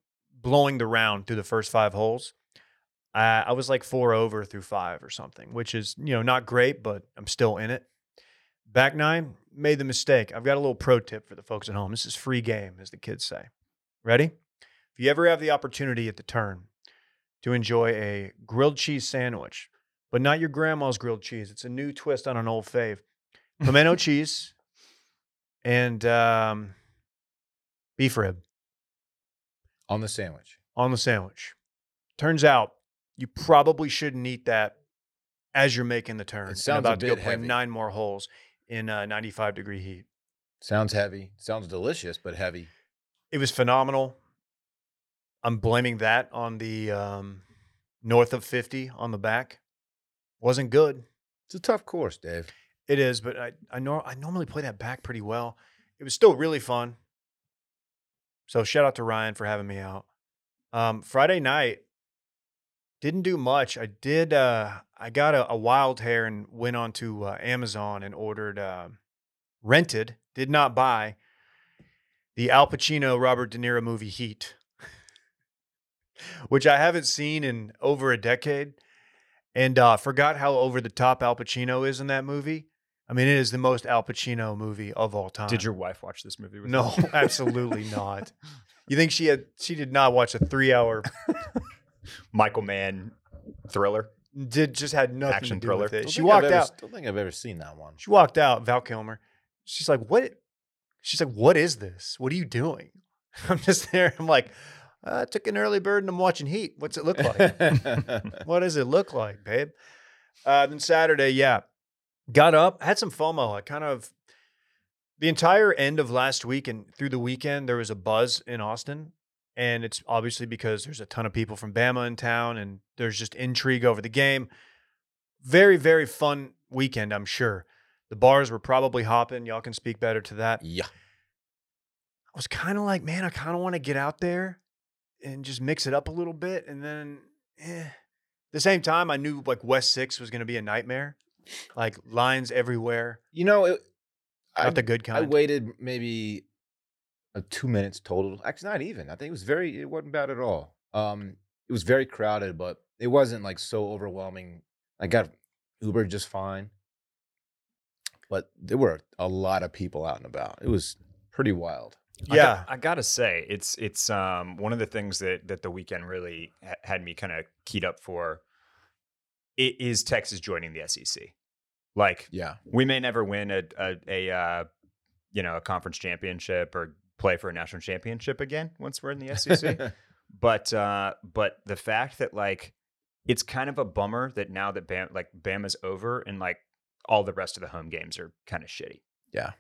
[SPEAKER 1] blowing the round through the first five holes. I, I was like four over through five or something, which is you know not great, but I'm still in it. Back nine made the mistake. I've got a little pro tip for the folks at home. This is free game, as the kids say. Ready? If you ever have the opportunity at the turn to enjoy a grilled cheese sandwich, but not your grandma's grilled cheese, it's a new twist on an old fave. Pimento cheese and um, beef rib
[SPEAKER 2] On the sandwich.
[SPEAKER 1] on the sandwich. Turns out you probably shouldn't eat that as you're making the turn. and
[SPEAKER 2] sounds a
[SPEAKER 1] about to go
[SPEAKER 2] bit
[SPEAKER 1] play
[SPEAKER 2] heavy.
[SPEAKER 1] nine more holes in uh, 95 degree heat.
[SPEAKER 2] Sounds heavy. Sounds delicious, but heavy.
[SPEAKER 1] it was phenomenal. I'm blaming that on the um, north of 50 on the back. Wasn't good.
[SPEAKER 2] It's a tough course, Dave.
[SPEAKER 1] It is, but I I, nor- I normally play that back pretty well. It was still really fun. So shout out to Ryan for having me out. Um, Friday night didn't do much. I did. Uh, I got a, a wild hair and went on to uh, Amazon and ordered, um rented, did not buy the Al Pacino Robert De Niro movie Heat, which I haven't seen in over a decade and uh, forgot how over the top Al Pacino is in that movie. I mean, it is the most Al Pacino movie of all time.
[SPEAKER 3] Did your wife watch this movie with
[SPEAKER 1] uh No,
[SPEAKER 3] you?
[SPEAKER 1] absolutely not. You think she had? She did not watch a three-hour.
[SPEAKER 3] Michael Mann thriller.
[SPEAKER 1] Did just had nothing
[SPEAKER 3] Action
[SPEAKER 1] to do with
[SPEAKER 3] thriller.
[SPEAKER 1] it.
[SPEAKER 2] Don't
[SPEAKER 1] She
[SPEAKER 2] think I've
[SPEAKER 1] walked
[SPEAKER 2] ever-
[SPEAKER 1] out.
[SPEAKER 2] Don't think I've ever seen that one.
[SPEAKER 1] She walked out. Val Kilmer. She's like, "What?" She's like, "What is this? What are you doing?" I'm just there. I'm like, "I took an early bird and I'm watching Heat. What's it look like?" what does it look like, babe? Uh, then Saturday, yeah, got up, had some FOMO. I kind of the entire end of last week and through the weekend, there was a buzz in Austin, and it's obviously because there's a ton of people from Bama in town, and there's just intrigue over the game. Very, very fun weekend, I'm sure. The bars were probably hopping. Y'all can speak better to that.
[SPEAKER 2] yeah.
[SPEAKER 1] I was kind of like, man, I kind of want to get out there and just mix it up a little bit. And then, eh. at the same time, I knew like West Six was going to be a nightmare, like lines everywhere,
[SPEAKER 2] You know, it,
[SPEAKER 1] not
[SPEAKER 2] I,
[SPEAKER 1] the good
[SPEAKER 2] I
[SPEAKER 1] kind.
[SPEAKER 2] waited maybe uh, two minutes total. Actually, not even. I think it was very. It wasn't bad at all. Um, it was very crowded, but it wasn't like so overwhelming. I got Uber just fine, but there were a lot of people out and about. It was pretty wild.
[SPEAKER 3] I
[SPEAKER 1] yeah,
[SPEAKER 3] got- I, gotta say, it's it's um one of the things that that the weekend really ha- had me kind of keyed up for. It is Texas joining the SEC, like
[SPEAKER 2] Yeah.
[SPEAKER 3] we may never win a a, a uh, you know a conference championship or play for a national championship again once we're in the E SEC. but uh, but the fact that like it's kind of a bummer that now that Bam like Bama's over and like all the rest of the home games are kind of shitty.
[SPEAKER 2] Yeah.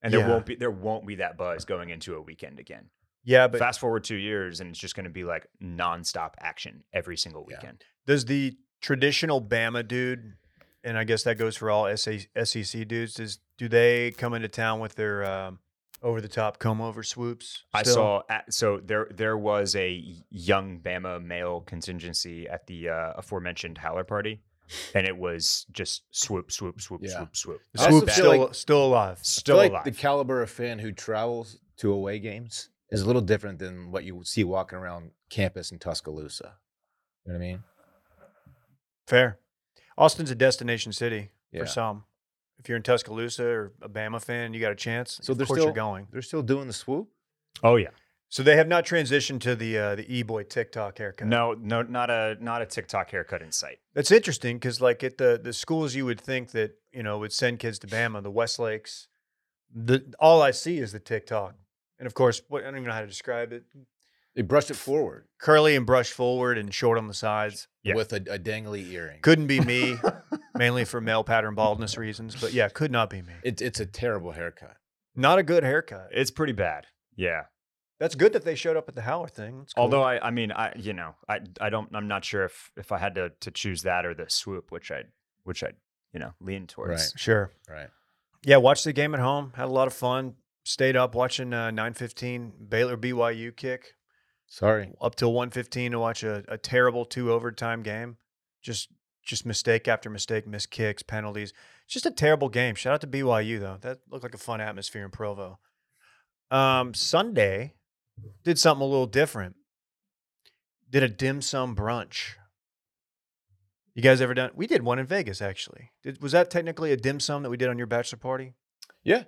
[SPEAKER 3] And there
[SPEAKER 1] Yeah.
[SPEAKER 3] won't be there won't be that buzz going into a weekend again.
[SPEAKER 1] yeah, but
[SPEAKER 3] Fast forward two years and it's just going to be like nonstop action every single
[SPEAKER 2] Yeah.
[SPEAKER 3] weekend.
[SPEAKER 1] does the traditional Bama dude, and I guess that goes for all SA, SEC E dudes, does do they come into town with their um, over the top comb over swoops?
[SPEAKER 3] I
[SPEAKER 1] still?
[SPEAKER 3] saw at, so there there was a young Bama male contingency at the uh, aforementioned Howler party, and it was just swoop swoop swoop
[SPEAKER 2] Yeah.
[SPEAKER 3] swoop swoop.
[SPEAKER 1] The
[SPEAKER 2] I also
[SPEAKER 1] swoop's
[SPEAKER 2] feel
[SPEAKER 1] still
[SPEAKER 2] like-
[SPEAKER 1] still alive.
[SPEAKER 3] Still
[SPEAKER 2] I feel
[SPEAKER 3] alive.
[SPEAKER 2] like the caliber of fan who travels to away games is a little different than what you would see walking around campus in Tuscaloosa. You know what I mean?
[SPEAKER 1] Fair. Austin's a destination city
[SPEAKER 2] Yeah.
[SPEAKER 1] for some. if you're in Tuscaloosa or a Bama fan, you got a chance.
[SPEAKER 2] So
[SPEAKER 1] of
[SPEAKER 2] they're
[SPEAKER 1] course
[SPEAKER 2] still-
[SPEAKER 1] you're going.
[SPEAKER 2] They're still doing the swoop.
[SPEAKER 3] Oh yeah.
[SPEAKER 1] So they have not transitioned to the uh, the e boy TikTok haircut.
[SPEAKER 3] No, no, not a not a TikTok haircut in sight.
[SPEAKER 1] that's interesting because like at the the schools you would think that you know would send kids to Bama, the Westlakes. The all I see is the TikTok, and of course, what, I don't even know how to describe it.
[SPEAKER 2] They brushed it forward
[SPEAKER 1] Curly and brushed forward and short on the sides.
[SPEAKER 3] Yeah.
[SPEAKER 2] with a, a dangly earring.
[SPEAKER 1] Couldn't be me, mainly for male pattern baldness reasons. But yeah, could not be me.
[SPEAKER 2] It, it's a terrible haircut.
[SPEAKER 1] Not a good haircut.
[SPEAKER 3] It's pretty bad. Yeah.
[SPEAKER 1] That's good that they showed up at the Howler thing. That's cool.
[SPEAKER 3] Although I, I mean, I, you know, I, I don't, I'm not sure if, if I had to, to choose that or the swoop, which I, which I, you know, lean towards.
[SPEAKER 1] sure,
[SPEAKER 2] Right.
[SPEAKER 1] yeah, watched the game at home. Had a lot of fun. Stayed up watching uh, nine fifteen Baylor BYU kick.
[SPEAKER 2] Sorry.
[SPEAKER 1] up till 115 to watch a, a terrible two overtime game. Just just mistake after mistake, missed kicks, penalties. Just a terrible game. Shout out to BYU though. That looked like a fun atmosphere in Provo. Um, Sunday did something a little different. Did a dim sum brunch. You guys ever done? We did one in Vegas actually. Did, was that technically a dim sum that we did on your bachelor party?
[SPEAKER 2] Yeah.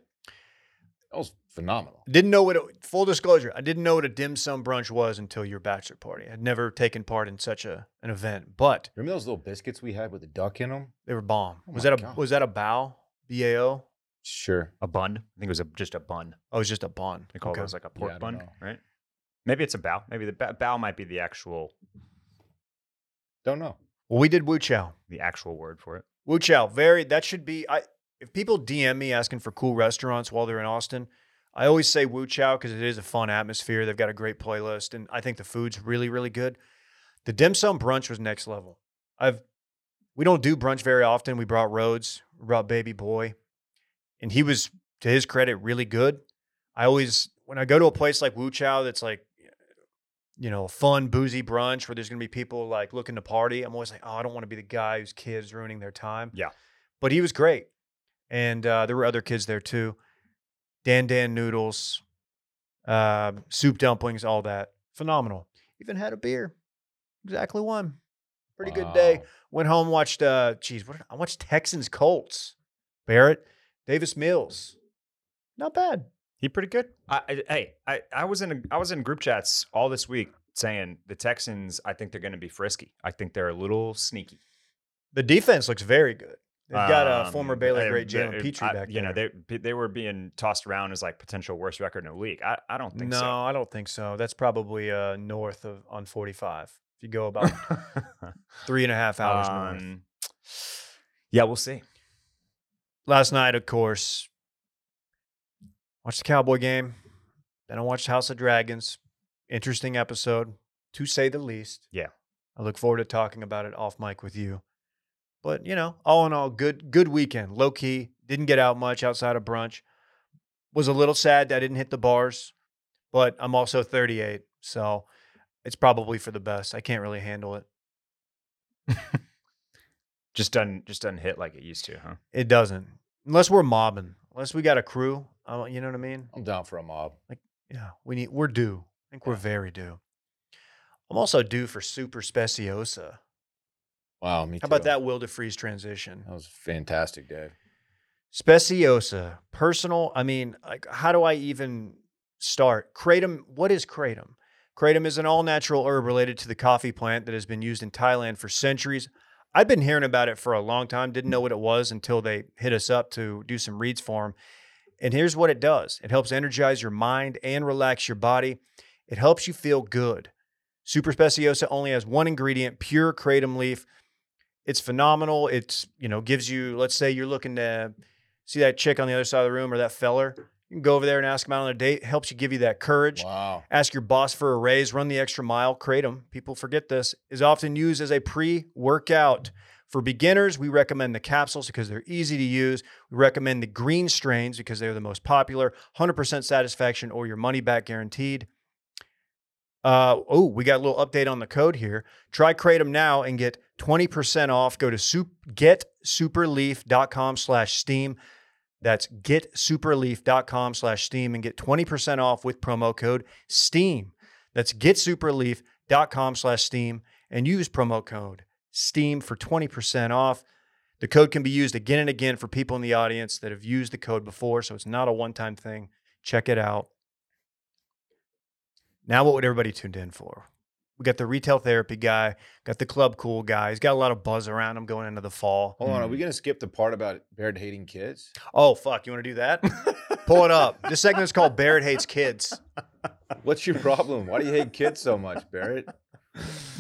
[SPEAKER 2] That was phenomenal.
[SPEAKER 1] Didn't know what it, full disclosure. I didn't know what a dim sum brunch was until your bachelor party. I'd never taken part in such a an event, but
[SPEAKER 2] Remember those little biscuits we had with the duck in them?
[SPEAKER 1] they were bomb.
[SPEAKER 2] Oh
[SPEAKER 1] was
[SPEAKER 2] my
[SPEAKER 1] that a
[SPEAKER 2] God.
[SPEAKER 1] was that a bow? B A O?
[SPEAKER 2] Sure.
[SPEAKER 3] A bun. I think it was a, just a bun.
[SPEAKER 1] Oh, it was just a bun.
[SPEAKER 3] They call
[SPEAKER 1] Okay.
[SPEAKER 3] those like a
[SPEAKER 2] Yeah,
[SPEAKER 3] pork
[SPEAKER 2] I don't
[SPEAKER 3] bun,
[SPEAKER 2] know.
[SPEAKER 3] right? Maybe it's a bow. Maybe the ba- bow might be the actual,
[SPEAKER 2] Don't know.
[SPEAKER 1] Well, we did Wu Chow.
[SPEAKER 3] the actual word for it.
[SPEAKER 1] Wu Chow, very that should be I if people DM me asking for cool restaurants while they're in Austin, I always say Wu Chow because it is a fun atmosphere. They've got a great playlist and I think the food's really, really good. The dim sum brunch was next level. I've we don't do brunch very often. We brought Rhodes, we brought baby boy, and he was, to his credit, really good. I always when I go to a place like Wu Chow that's like you know, a fun, boozy brunch where there's going to be people like looking to party. I'm always like, oh, I don't want to be the guy whose kids ruining their time.
[SPEAKER 3] Yeah.
[SPEAKER 1] But he was great. And uh, there were other kids there too. Dan Dan noodles, uh, soup dumplings, all that. Phenomenal. Even had a beer. Exactly one. Pretty good day.
[SPEAKER 2] Wow.
[SPEAKER 1] Went home, watched, uh, geez, what, did- I watched Texans Colts. Barrett, Davis Mills. Not bad.
[SPEAKER 3] He pretty good. I, I hey, I, I was in a, I was in group chats all this week saying the Texans. I think they're going to be frisky. I think they're a little sneaky.
[SPEAKER 1] The defense looks very good. They've got a former
[SPEAKER 3] Um,
[SPEAKER 1] Baylor
[SPEAKER 3] uh,
[SPEAKER 1] great
[SPEAKER 3] the-
[SPEAKER 1] Jalen Petrie
[SPEAKER 3] I-
[SPEAKER 1] back
[SPEAKER 3] You
[SPEAKER 1] there.
[SPEAKER 3] know, they p- they were being tossed around as like potential worst record in the league. I, I don't think
[SPEAKER 1] no, I don't think so. That's probably uh, north of on 45. If you go about
[SPEAKER 3] so.
[SPEAKER 1] three and a half hours north.
[SPEAKER 3] Um, yeah, we'll see.
[SPEAKER 1] Last night, of course, watched the Cowboy game. Then I watched House of Dragons. Interesting episode, to say the least.
[SPEAKER 3] Yeah.
[SPEAKER 1] I look forward to talking about it off mic with you. But you know, all in all, good good weekend. Low key, didn't get out much outside of brunch. Was a little sad that I didn't hit the bars, but I'm also 38, so it's probably for the best. I can't really handle it.
[SPEAKER 3] Just doesn't just doesn't hit like it used to, huh?
[SPEAKER 1] It doesn't, unless we're mobbing, unless we got a crew. Uh, you know what I mean?
[SPEAKER 2] I'm down for a mob.
[SPEAKER 1] Yeah, we need. We're due. I think we're very due. I'm also due for super speciosa. How
[SPEAKER 2] Wow. Me
[SPEAKER 1] about
[SPEAKER 2] too.
[SPEAKER 1] that Will DeFreeze transition?
[SPEAKER 2] That was a fantastic day.
[SPEAKER 1] Speciosa, personal. I mean, like, how do I even start? Kratom. What is kratom? Kratom is an all-natural herb related to the coffee plant that has been used in Thailand for centuries. I've been hearing about it for a long time. Didn't know what it was until they hit us up to do some reads for them. And here's what it does: it helps energize your mind and relax your body. It helps you feel good. Super Speciosa only has one ingredient: pure kratom leaf. It's phenomenal. It's you know gives you. Let's say you're looking to see that chick on the other side of the room or that feller. You can go over there and ask them out on a date. Helps you give you that courage.
[SPEAKER 2] Wow.
[SPEAKER 1] Ask your boss for a raise, run the extra mile, Kratom, people forget this, is often used as a pre workout. For beginners, we recommend the capsules because they're easy to use. We recommend the green strains because they're the most popular, 100% satisfaction or your money back guaranteed. Uh, oh, we got a little update on the code here. Try Kratom now and get 20% off. Go to soup, getsuperleaf.com slash steam. That's getsuperleaf.com slash steam and get 20% off with promo code STEAM. That's getsuperleaf.com slash STEAM and use promo code STEAM for 20% off. The code can be used again and again for people in the audience that have used the code before, so it's not a one time thing. Check it out. Now, what would everybody tuned in for? We got the retail therapy guy, got the club cool guy. He's got a lot of buzz around him going into the fall.
[SPEAKER 2] Hold on, are we gonna skip the part about Baird hating kids?
[SPEAKER 1] Oh, fuck. You want to do that? Pull it up. This segment's called Barrett Hates Kids.
[SPEAKER 2] What's your problem? Why do you hate kids so much, Barrett?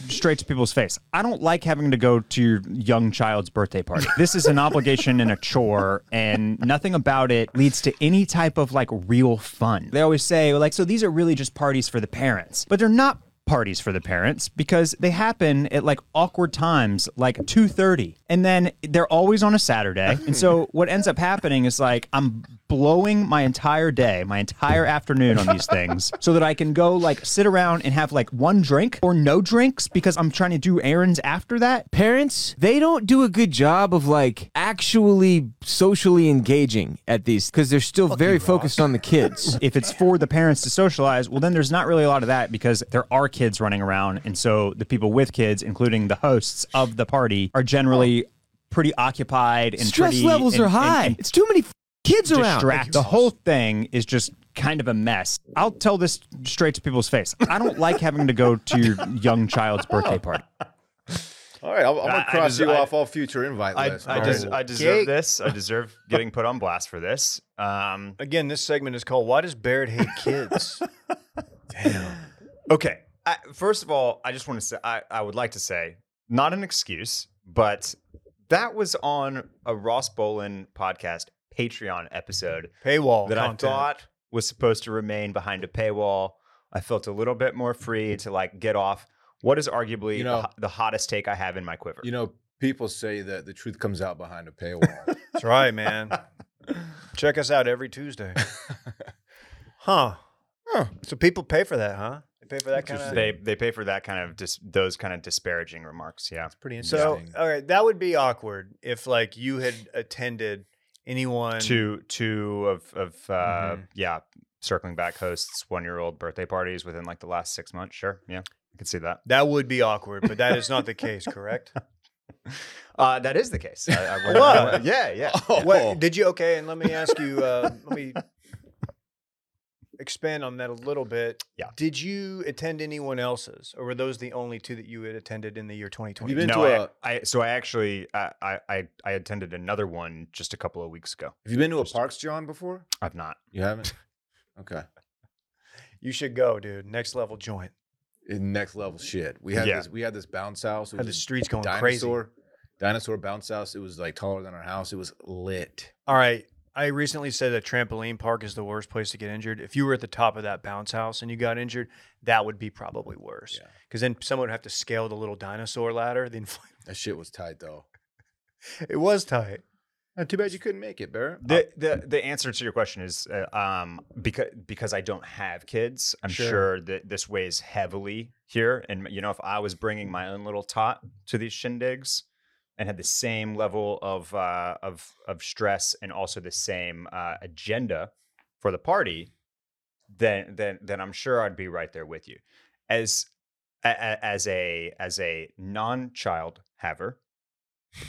[SPEAKER 3] straight to people's face. I don't like having to go to your young child's birthday party. This is an obligation and a chore, and nothing about it leads to any type of like real fun. They always say, like, so these are really just parties for the parents, but they're not parties for the parents because they happen at like awkward times like 2:30 and then they're always on a Saturday and so what ends up happening is like I'm blowing my entire day my entire afternoon on these things so that I can go like sit around and have like one drink or no drinks because I'm trying to do errands after that
[SPEAKER 4] parents they don't do a good job of like actually socially engaging at these because they're still very focused on the kids
[SPEAKER 3] if it's for the parents to socialize, well, then there's not really a lot of that because there are kids running around. And so the people with kids, including the hosts of the party, are generally pretty occupied and
[SPEAKER 4] stress
[SPEAKER 3] pretty-
[SPEAKER 4] levels
[SPEAKER 3] and-
[SPEAKER 4] are
[SPEAKER 3] and-
[SPEAKER 4] high
[SPEAKER 3] and
[SPEAKER 4] it's too many f- kids around
[SPEAKER 3] distract. The whole thing is just kind of a mess. I'll tell this straight to people's face. I don't like having to go to your young child's birthday party.
[SPEAKER 2] All right, I'm, I'm
[SPEAKER 3] I-
[SPEAKER 2] gonna
[SPEAKER 3] I
[SPEAKER 2] cross
[SPEAKER 3] just-
[SPEAKER 2] you
[SPEAKER 3] I-
[SPEAKER 2] off all future invite
[SPEAKER 3] I-
[SPEAKER 2] lists.
[SPEAKER 3] I
[SPEAKER 2] All
[SPEAKER 3] just-
[SPEAKER 2] right.
[SPEAKER 3] I
[SPEAKER 1] deserve Gate.
[SPEAKER 3] this. I deserve getting put on blast for this. Um,
[SPEAKER 1] Again, this segment is called Why Does Barrett Hate Kids?
[SPEAKER 3] Okay. I, first of all, I just want to say I, I would like to say not an excuse, but that was on a Ross Bolin podcast Patreon episode
[SPEAKER 1] Paywall.
[SPEAKER 3] that
[SPEAKER 1] content.
[SPEAKER 3] I thought was supposed to remain behind a paywall. I felt a little bit more free to like get off what is arguably
[SPEAKER 2] You
[SPEAKER 3] the
[SPEAKER 2] know-
[SPEAKER 3] ho- the, hottest take I have in my quiver.
[SPEAKER 2] you know, people say that the truth comes out behind a paywall.
[SPEAKER 1] That's right, man. Check us out every Tuesday. Huh.
[SPEAKER 2] Huh.
[SPEAKER 1] So people pay for that, huh? They pay for that kind of.
[SPEAKER 3] they they pay for that kind of dis- those kind of disparaging remarks. Yeah.
[SPEAKER 2] Pretty
[SPEAKER 1] So, uh,
[SPEAKER 2] interesting.
[SPEAKER 1] all right, that would be awkward if like you had attended anyone.
[SPEAKER 3] two two of of uh
[SPEAKER 2] Mm-hmm.
[SPEAKER 1] Mhm.
[SPEAKER 3] yeah circling back hosts one year old birthday parties within like the last six months sure yeah i could see that
[SPEAKER 1] That would be awkward, but that is not the case, correct?
[SPEAKER 3] uh that is the case I- I wouldn't- I
[SPEAKER 1] What?
[SPEAKER 3] wouldn't- yeah yeah
[SPEAKER 2] oh,
[SPEAKER 1] What did you? Okay, and let me ask you. Uh, let me expand on that a little bit.
[SPEAKER 3] Yeah.
[SPEAKER 1] Did you attend anyone else's, or were those the only two that you had attended in the year 2020?
[SPEAKER 2] been-
[SPEAKER 3] no,
[SPEAKER 2] to
[SPEAKER 3] I
[SPEAKER 2] a-
[SPEAKER 3] I- so I actually I, I I I attended another one just a couple of weeks ago.
[SPEAKER 2] have you been to a Parks John before?
[SPEAKER 3] I've not.
[SPEAKER 2] You haven't. Okay.
[SPEAKER 1] You should go, dude. Next level joint.
[SPEAKER 2] In next level shit. We had
[SPEAKER 3] Yeah.
[SPEAKER 2] this. We had this bounce house. It
[SPEAKER 1] Had
[SPEAKER 2] was
[SPEAKER 1] the
[SPEAKER 2] a
[SPEAKER 1] streets going crazy.
[SPEAKER 2] dinosaur. Dinosaur bounce house. It was like taller than our house. It was lit.
[SPEAKER 1] All right. I recently said that trampoline park is the worst place to get injured. If you were at the top of that bounce house and you got injured, that would be probably worse.
[SPEAKER 2] Yeah.
[SPEAKER 1] Because then someone would have to scale the little dinosaur ladder. The infl-
[SPEAKER 2] That shit was tight though.
[SPEAKER 1] it was tight.
[SPEAKER 2] Uh, too bad you couldn't make it, Barrett.
[SPEAKER 3] The, the the answer to your question is uh, um because because I don't have kids, I'm
[SPEAKER 1] Sure.
[SPEAKER 3] sure. that this weighs heavily here. And you know, if I was bringing my own little tot to these shindigs and had the same level of uh, of of stress and also the same uh, agenda for the party, then then then I'm sure I'd be right there with you. As a- a- as a as a non child haver,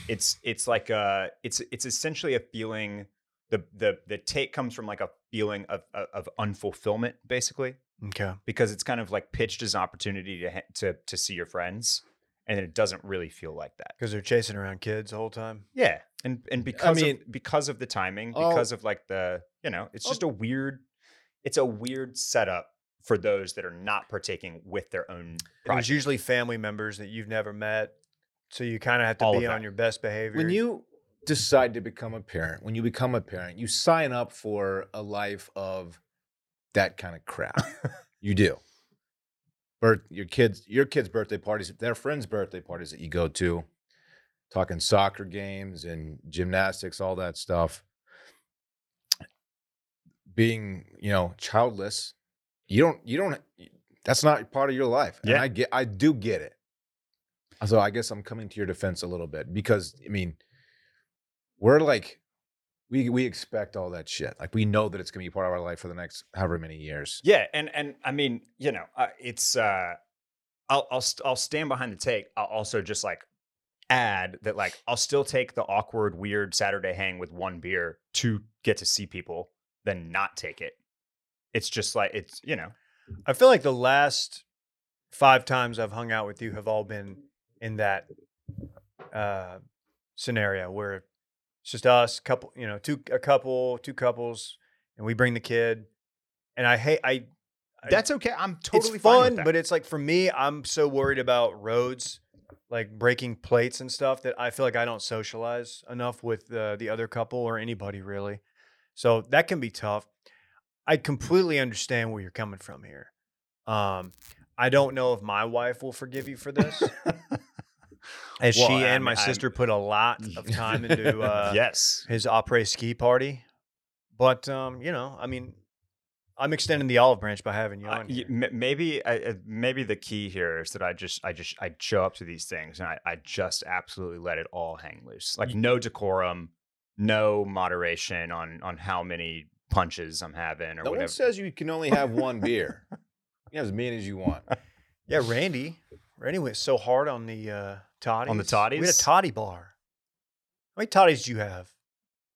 [SPEAKER 3] it's it's like a it's it's essentially a feeling. The the the take comes from like a feeling of of, of unfulfillment, basically
[SPEAKER 1] Okay.
[SPEAKER 3] because it's kind of like pitched as an opportunity to ha- to to see your friends, and it doesn't really feel like that.
[SPEAKER 1] Because they're chasing around kids the whole time.
[SPEAKER 3] Yeah, and and because
[SPEAKER 2] mean-
[SPEAKER 3] of, because of the timing,
[SPEAKER 2] Oh.
[SPEAKER 3] because of like the you know, it's just a weird, it's a weird setup for those that are not partaking with their own.
[SPEAKER 1] And There's
[SPEAKER 3] project.
[SPEAKER 1] usually family members that you've never met. So you kind of have to
[SPEAKER 3] All of
[SPEAKER 1] be on
[SPEAKER 3] that.
[SPEAKER 1] your best behavior.
[SPEAKER 2] when you decide to become a parent, when you become a parent, you sign up for a life of that kind of crap. you do. Birth, your kids, your kids' birthday parties, their friends' birthday parties that you go to, talking soccer games and gymnastics, all that stuff. Being, you know, childless, you don't, you don't. That's not part of your life. And
[SPEAKER 3] Yeah.
[SPEAKER 2] I get, I do get it. Uh, So I guess I'm coming to your defense a little bit because I mean, we're like, we we expect all that shit. Like we know that it's gonna be part of our life for the next however many years.
[SPEAKER 3] Yeah, and and I mean, you know, uh, it's uh, I'll I'll st- I'll stand behind the take. I'll also just like add that like I'll still take the awkward, weird Saturday hang with one beer to get to see people than not take it. It's just like it's you know
[SPEAKER 1] I feel like the last five times I've hung out with you have all been in that uh, scenario where it's just us, couple, you know, two a couple, two couples, and we bring the kid. And I hate I. I-
[SPEAKER 3] that's okay. I'm totally
[SPEAKER 1] it's
[SPEAKER 3] fine with
[SPEAKER 1] fun,
[SPEAKER 3] that.
[SPEAKER 1] but it's like for me, I'm so worried about roads, like breaking plates and stuff that I feel like I don't socialize enough with uh, the other couple or anybody really. So that can be tough. I completely understand where you're coming from here. Um, I don't know if my wife will forgive you for this, as
[SPEAKER 3] Well,
[SPEAKER 1] she
[SPEAKER 3] I
[SPEAKER 1] and my
[SPEAKER 3] mean, I'm-
[SPEAKER 1] sister put a lot of time into uh,
[SPEAKER 3] yes.
[SPEAKER 1] his après ski party. But um, you know, I mean, I'm extending the olive branch by having you
[SPEAKER 3] Uh,
[SPEAKER 1] on.
[SPEAKER 3] y-
[SPEAKER 1] here.
[SPEAKER 3] m- maybe I, I- maybe the key here is that I just I just I show up to these things and I, I just absolutely let it all hang loose. Like no decorum, no moderation on on how many punches I'm having or
[SPEAKER 2] No
[SPEAKER 3] whatever.
[SPEAKER 2] one says you can only have one beer. You can have as many as you want.
[SPEAKER 1] Yeah, Randy. Randy went so hard on the uh, toddies. We had a
[SPEAKER 3] toddies?
[SPEAKER 1] toddy bar. How many toddies did you have?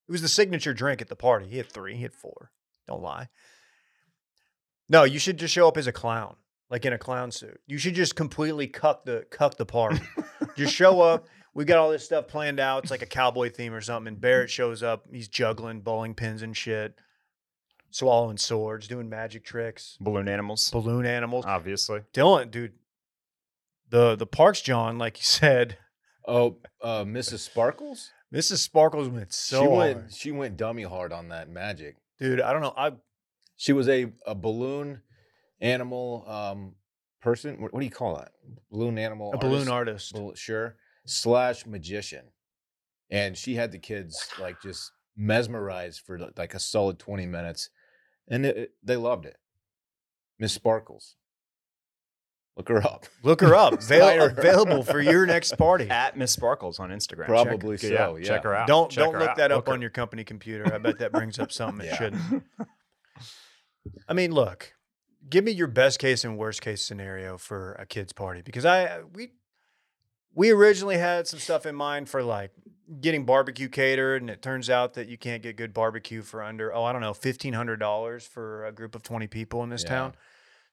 [SPEAKER 1] It was the signature drink at the party. He had three. He had four. Don't lie. No, you should just show up as a clown, like in a clown suit. You should just completely cuck the cuck the party. just show up. We got all this stuff planned out. It's like a cowboy theme or something. And Barrett shows up. He's juggling bowling pins and shit, swallowing swords, doing magic tricks,
[SPEAKER 3] Balloon animals,
[SPEAKER 1] balloon animals.
[SPEAKER 3] obviously.
[SPEAKER 1] Dylan, dude, the the Parks John, like you said,
[SPEAKER 2] Oh, uh, Mrs. Sparkles?
[SPEAKER 1] Mrs. Sparkles went so
[SPEAKER 2] she
[SPEAKER 1] hard.
[SPEAKER 2] went she went dummy hard on that magic.
[SPEAKER 1] dude. I don't know. I
[SPEAKER 2] She was a, a balloon animal um, person. What, what do you call that? Balloon animal.
[SPEAKER 1] a balloon artist.
[SPEAKER 2] Bal- sure. Slash magician, and she had the kids like just mesmerized for li- like a solid twenty minutes, and it, it- they loved it. Miss Sparkles, look her up.
[SPEAKER 1] Look her up.
[SPEAKER 2] Fire
[SPEAKER 1] Avail-
[SPEAKER 2] her.
[SPEAKER 1] available for your next party.
[SPEAKER 3] At Miss Sparkles on Instagram.
[SPEAKER 2] Probably
[SPEAKER 3] check,
[SPEAKER 2] so,
[SPEAKER 3] Yeah,
[SPEAKER 2] yeah.
[SPEAKER 3] Check her out.
[SPEAKER 1] Don't
[SPEAKER 3] Check
[SPEAKER 1] don't
[SPEAKER 3] her
[SPEAKER 1] look
[SPEAKER 3] out.
[SPEAKER 1] that
[SPEAKER 3] Look
[SPEAKER 1] up on your company computer. I bet that brings up something it
[SPEAKER 2] Yeah.
[SPEAKER 1] shouldn't.
[SPEAKER 3] her-
[SPEAKER 1] I mean, look, give me your best case and worst case scenario for a kids party because I we we originally had some stuff in mind for like getting barbecue catered, and it turns out that you can't get good barbecue for under oh I don't know fifteen hundred dollars for a group of twenty people in this
[SPEAKER 2] Yeah.
[SPEAKER 1] town.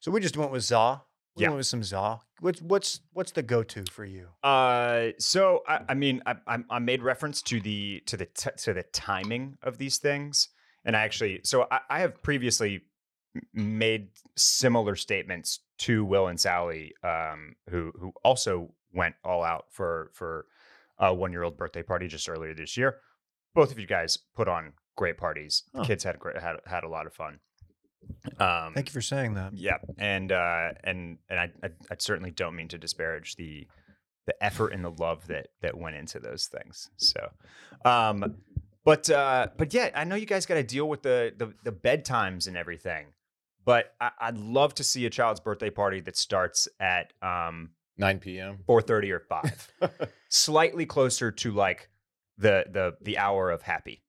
[SPEAKER 1] So we just went with za. We
[SPEAKER 3] Yeah.
[SPEAKER 1] went with some za. What's what's what's the go to for you?
[SPEAKER 3] Uh, so I, I mean, I, I I made reference to the to the t- to the timing of these things, and I actually, so I, I have previously m- made similar statements to Will and Sally, um, who who also went all out for for a one year old birthday party just earlier this year. Both of you guys put on great parties. The
[SPEAKER 1] Oh.
[SPEAKER 3] kids had great had had a lot of fun. Um,
[SPEAKER 1] Thank you for saying that.
[SPEAKER 3] yeah, and uh, and and I, I I certainly don't mean to disparage the the effort and the love that that went into those things. So, um, but uh, but yeah, I know you guys got to deal with the, the the bedtimes and everything, but I, I'd love to see a child's birthday party that starts at um
[SPEAKER 2] Nine p.m.
[SPEAKER 3] four thirty or five, slightly closer to like the the the hour of happy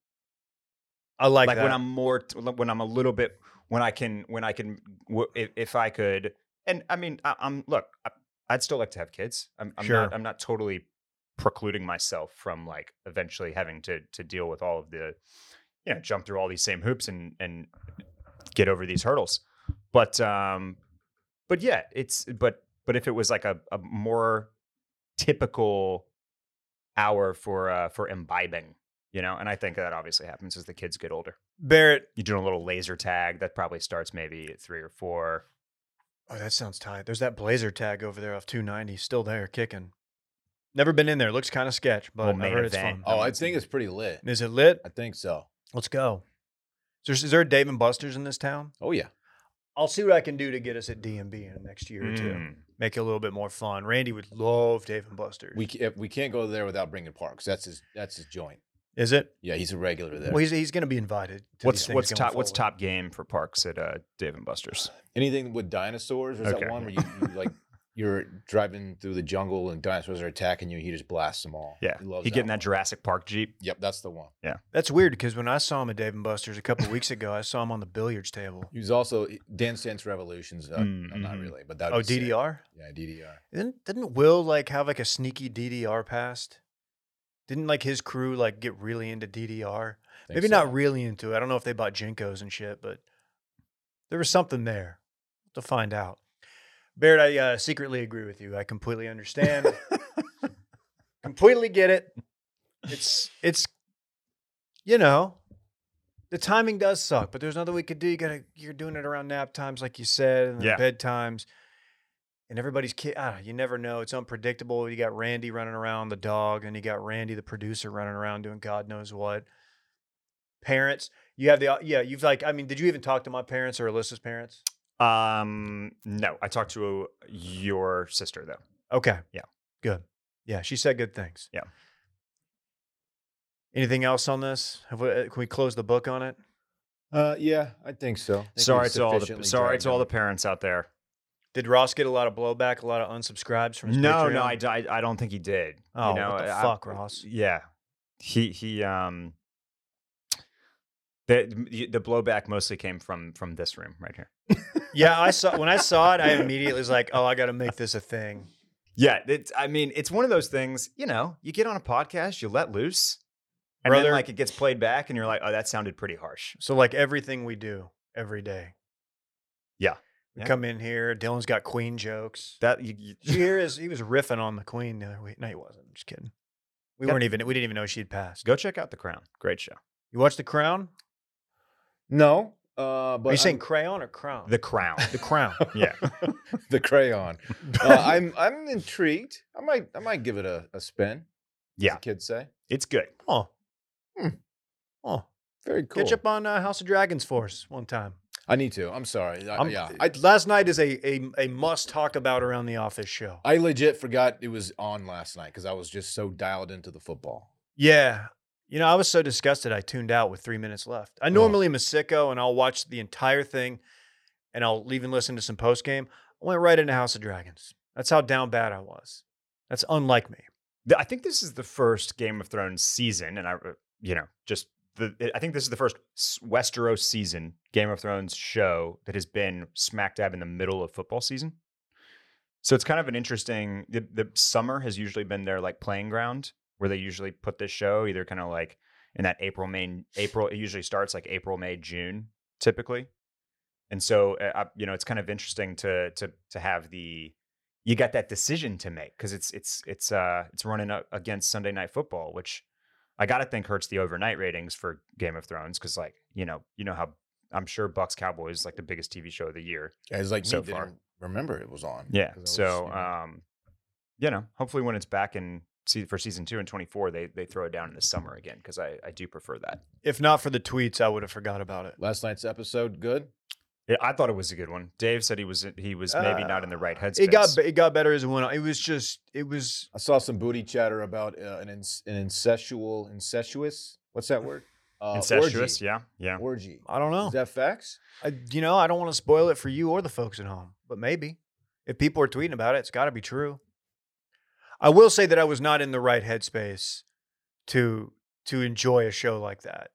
[SPEAKER 1] I like,
[SPEAKER 3] like,
[SPEAKER 1] that.
[SPEAKER 3] when I'm more t- when I'm a little bit when I can when I can w- if, if I could and I mean I, I'm look I, I'd still like to have kids I'm, I'm
[SPEAKER 1] Sure.
[SPEAKER 3] not I'm not totally precluding myself from like eventually having to to deal with all of the you know jump through all these same hoops and and get over these hurdles but um but yeah it's but but if it was like a, a more typical hour for uh for imbibing you know and i think that obviously happens as the kids get older
[SPEAKER 1] Barrett.
[SPEAKER 3] you're doing a little laser tag that probably starts maybe at three or four
[SPEAKER 1] Oh, that sounds tight. There's that blazer tag over there off 290, still there, kicking. Never been in there. Looks kind of sketch, but
[SPEAKER 3] Well,
[SPEAKER 1] I
[SPEAKER 3] main
[SPEAKER 1] heard it's fun.
[SPEAKER 3] event.
[SPEAKER 2] Oh, I think it's pretty lit.
[SPEAKER 1] Is it lit?
[SPEAKER 2] I think so.
[SPEAKER 1] Let's go. Is there, is there a Dave and Buster's in this town?
[SPEAKER 2] Oh yeah.
[SPEAKER 1] I'll see what I can do to get us at D and B in the next year or two.
[SPEAKER 3] Mm.
[SPEAKER 1] Make it a little bit more fun. Randy would love Dave and Buster's.
[SPEAKER 2] We ca- we can't go there without bringing Parks. That's his that's his joint.
[SPEAKER 1] is it?
[SPEAKER 2] Yeah, he's a regular there.
[SPEAKER 1] Well, he's, he's going to be invited. To
[SPEAKER 3] what's
[SPEAKER 1] these things
[SPEAKER 3] what's
[SPEAKER 1] going
[SPEAKER 3] top what's
[SPEAKER 1] forward.
[SPEAKER 3] top game for parks at uh dave and buster's
[SPEAKER 2] Anything with dinosaurs? There's
[SPEAKER 3] Okay.
[SPEAKER 2] that one where you, you like you're driving through the jungle and dinosaurs are attacking you, he just blasts them all.
[SPEAKER 3] Yeah,
[SPEAKER 2] He loves
[SPEAKER 3] he getting that
[SPEAKER 2] one.
[SPEAKER 3] Jurassic Park Jeep.
[SPEAKER 2] Yep, that's the one.
[SPEAKER 1] That's weird because when I saw him at Dave and Buster's a couple weeks ago, I saw him on the billiards table.
[SPEAKER 2] He was also Dance Dance Revolutions. Uh,
[SPEAKER 3] Mm,
[SPEAKER 2] no, not
[SPEAKER 3] mhm.
[SPEAKER 2] really, but that.
[SPEAKER 1] Oh,
[SPEAKER 2] would be sick.
[SPEAKER 1] DDR?
[SPEAKER 2] Yeah, DDR.
[SPEAKER 1] Didn't, didn't Will like have like a sneaky DDR past? Didn't like his crew like get really into DDR?
[SPEAKER 2] Think
[SPEAKER 1] Maybe
[SPEAKER 2] so.
[SPEAKER 1] not really into it. I don't know if they bought Jinkos and shit, but there was something there to find out. Baird, I uh, secretly agree with you. I completely understand. completely get it. It's it's you know, the timing does suck, but there's nothing we could do. You gotta you're doing it around nap times, like you said, and
[SPEAKER 3] Yeah.
[SPEAKER 1] then bedtimes. And everybody's kid ah, you never know. It's unpredictable. You got Randy running around the dog, and you got Randy the producer running around doing God knows what. Parents. You have the yeah, you've like, I mean, did you even talk to my parents or Alyssa's parents?
[SPEAKER 3] Um, no, I talked to your sister though.
[SPEAKER 1] Okay.
[SPEAKER 3] Yeah.
[SPEAKER 1] Good. Yeah, she said good things.
[SPEAKER 3] Yeah.
[SPEAKER 1] Anything else on this? Have we, uh, can we close the book on it?
[SPEAKER 2] Uh, yeah, I think so. I think
[SPEAKER 3] Sorry
[SPEAKER 2] we've
[SPEAKER 3] to all the
[SPEAKER 2] sufficiently
[SPEAKER 3] sorry
[SPEAKER 2] dragged
[SPEAKER 3] to all
[SPEAKER 2] on.
[SPEAKER 3] the parents out there.
[SPEAKER 1] Did Ross get a lot of blowback, a lot of unsubscribes from his
[SPEAKER 3] No,
[SPEAKER 1] Patreon?
[SPEAKER 3] no, I, d- I- I don't think he did.
[SPEAKER 1] Oh,
[SPEAKER 3] you know,
[SPEAKER 1] what the
[SPEAKER 3] I-
[SPEAKER 1] fuck, Ross?
[SPEAKER 3] Yeah, he he um. The, the blowback mostly came from from this room right here.
[SPEAKER 1] Yeah, I saw when I saw it, I immediately was like, "Oh, I got to make this a thing."
[SPEAKER 3] Yeah, it's, I mean, it's one of those things. You know, you get on a podcast, you let loose, and then
[SPEAKER 1] Brother-
[SPEAKER 3] like it gets played back, and you're like, oh, that sounded pretty harsh.
[SPEAKER 1] So like everything we do every day.
[SPEAKER 3] Yeah.
[SPEAKER 1] We
[SPEAKER 3] Yeah.
[SPEAKER 1] come in here, Dylan's got queen jokes.
[SPEAKER 3] That you, you-
[SPEAKER 1] Did you hear his, he was riffing on the queen the other week? No, he wasn't. I'm just kidding. We
[SPEAKER 3] Yep.
[SPEAKER 1] weren't even we didn't even know she had passed.
[SPEAKER 3] go check out The Crown. Great show.
[SPEAKER 1] You watch The Crown?
[SPEAKER 2] No, uh, but
[SPEAKER 1] Are you saying
[SPEAKER 2] I'm-
[SPEAKER 1] crayon or crown?
[SPEAKER 3] The Crown.
[SPEAKER 1] the crown.
[SPEAKER 3] yeah,
[SPEAKER 2] the crayon? Uh, I'm I'm intrigued. I might I might give it a, a spin.
[SPEAKER 3] Yeah.
[SPEAKER 2] as the kids say
[SPEAKER 3] it's good.
[SPEAKER 1] Oh. Oh.
[SPEAKER 2] very cool.
[SPEAKER 1] Catch up on uh, House of Dragons Force one time.
[SPEAKER 2] I need to. I'm sorry. I,
[SPEAKER 1] I'm-
[SPEAKER 2] Uh, yeah,
[SPEAKER 3] uh,
[SPEAKER 1] I,
[SPEAKER 2] I
[SPEAKER 1] last night is a, a a must talk about around the office show.
[SPEAKER 2] I legit forgot it was on last night because I was just so dialed into the football.
[SPEAKER 1] yeah. You know, I was so disgusted I tuned out with three minutes left. I normally am a sicko and I'll watch the entire thing and I'll even listen to some post game. I went right into House of Dragons. That's how down bad I was. That's unlike me.
[SPEAKER 3] The- I think this is the first Game of Thrones season, and I, uh, you know, just the. I think this is the first s- Westeros season Game of Thrones show that has been smack dab in the middle of football season. So it's kind of an interesting. The, the summer has usually been their like playing ground where they usually put this show either kind of like in that April, May, April. It usually starts like April, May, June typically, and so uh, I- you know it's kind of interesting to to to have the you got that decision to make because it's it's it's uh it's running up against Sunday Night Football, which I gotta think hurts the overnight ratings for Game of Thrones because like you know you know how I'm sure Bucks Cowboys is like the biggest TV show of the year.
[SPEAKER 2] It's like
[SPEAKER 3] So
[SPEAKER 2] me
[SPEAKER 3] far.
[SPEAKER 2] didn't remember it was on.
[SPEAKER 3] Yeah.
[SPEAKER 2] 'cause I was,
[SPEAKER 3] So
[SPEAKER 2] you know,
[SPEAKER 3] um, you know, hopefully when it's back in se- for season two and 24, they they throw it down in the summer again because I I do prefer that.
[SPEAKER 1] If not for the tweets, I would have forgot about it.
[SPEAKER 2] last night's episode good.
[SPEAKER 3] Yeah, I thought it was a good one. Dave said he was he was maybe not in the right headspace.
[SPEAKER 1] It got be- it got better as it went on. It was just it was
[SPEAKER 2] I saw some booty chatter about uh, an ins- an incestual incestuous. What's that word? Uh,
[SPEAKER 3] incestuous.
[SPEAKER 2] Orgy.
[SPEAKER 3] Yeah. Yeah.
[SPEAKER 2] Orgy.
[SPEAKER 1] I don't know.
[SPEAKER 2] Is that facts?
[SPEAKER 1] I, you know, I don't want to spoil it for you or the folks at home, but maybe if people are tweeting about it, it's got to be true. I will say that I was not in the right headspace to to enjoy a show like that.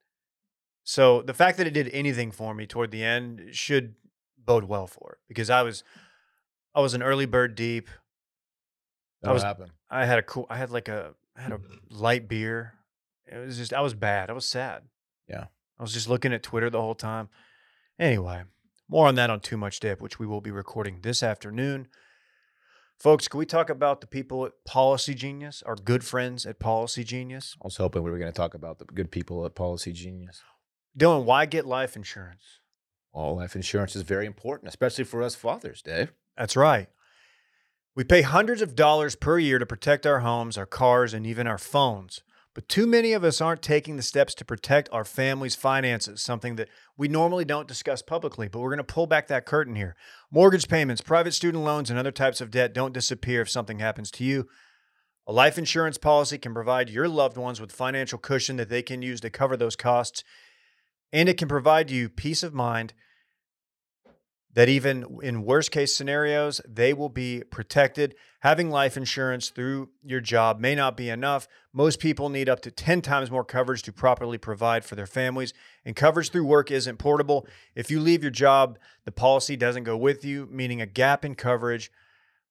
[SPEAKER 1] So the fact that it did anything for me toward the end should bode well for it because I was I was an early bird deep. I
[SPEAKER 2] That'll
[SPEAKER 1] was-
[SPEAKER 2] happen.
[SPEAKER 1] I had a cool I had like a I had a light beer. It was just I was bad. I was sad.
[SPEAKER 2] Yeah.
[SPEAKER 1] I was just looking at Twitter the whole time. Anyway, more on that on Too Much Dip, which we will be recording this afternoon. Folks, can we talk about the people at Policy Genius, our good friends at Policy Genius?
[SPEAKER 2] I was hoping we were going to talk about the good people at Policy Genius.
[SPEAKER 1] Dylan, why get life insurance?
[SPEAKER 2] All life insurance is very important, especially for us fathers, Dave.
[SPEAKER 1] That's right. We pay hundreds of dollars per year to protect our homes, our cars, and even our phones. But too many of us aren't taking the steps to protect our family's finances, something that we normally don't discuss publicly, but we're going to pull back that curtain here. Mortgage payments, private student loans, and other types of debt don't disappear if something happens to you. A life insurance policy can provide your loved ones with financial cushion that they can use to cover those costs, and it can provide you peace of mind that even in worst case scenarios, they will be protected. Having life insurance through your job may not be enough. Most people need up to 10 times more coverage to properly provide for their families, and coverage through work isn't portable. If you leave your job, the policy doesn't go with you, meaning a gap in coverage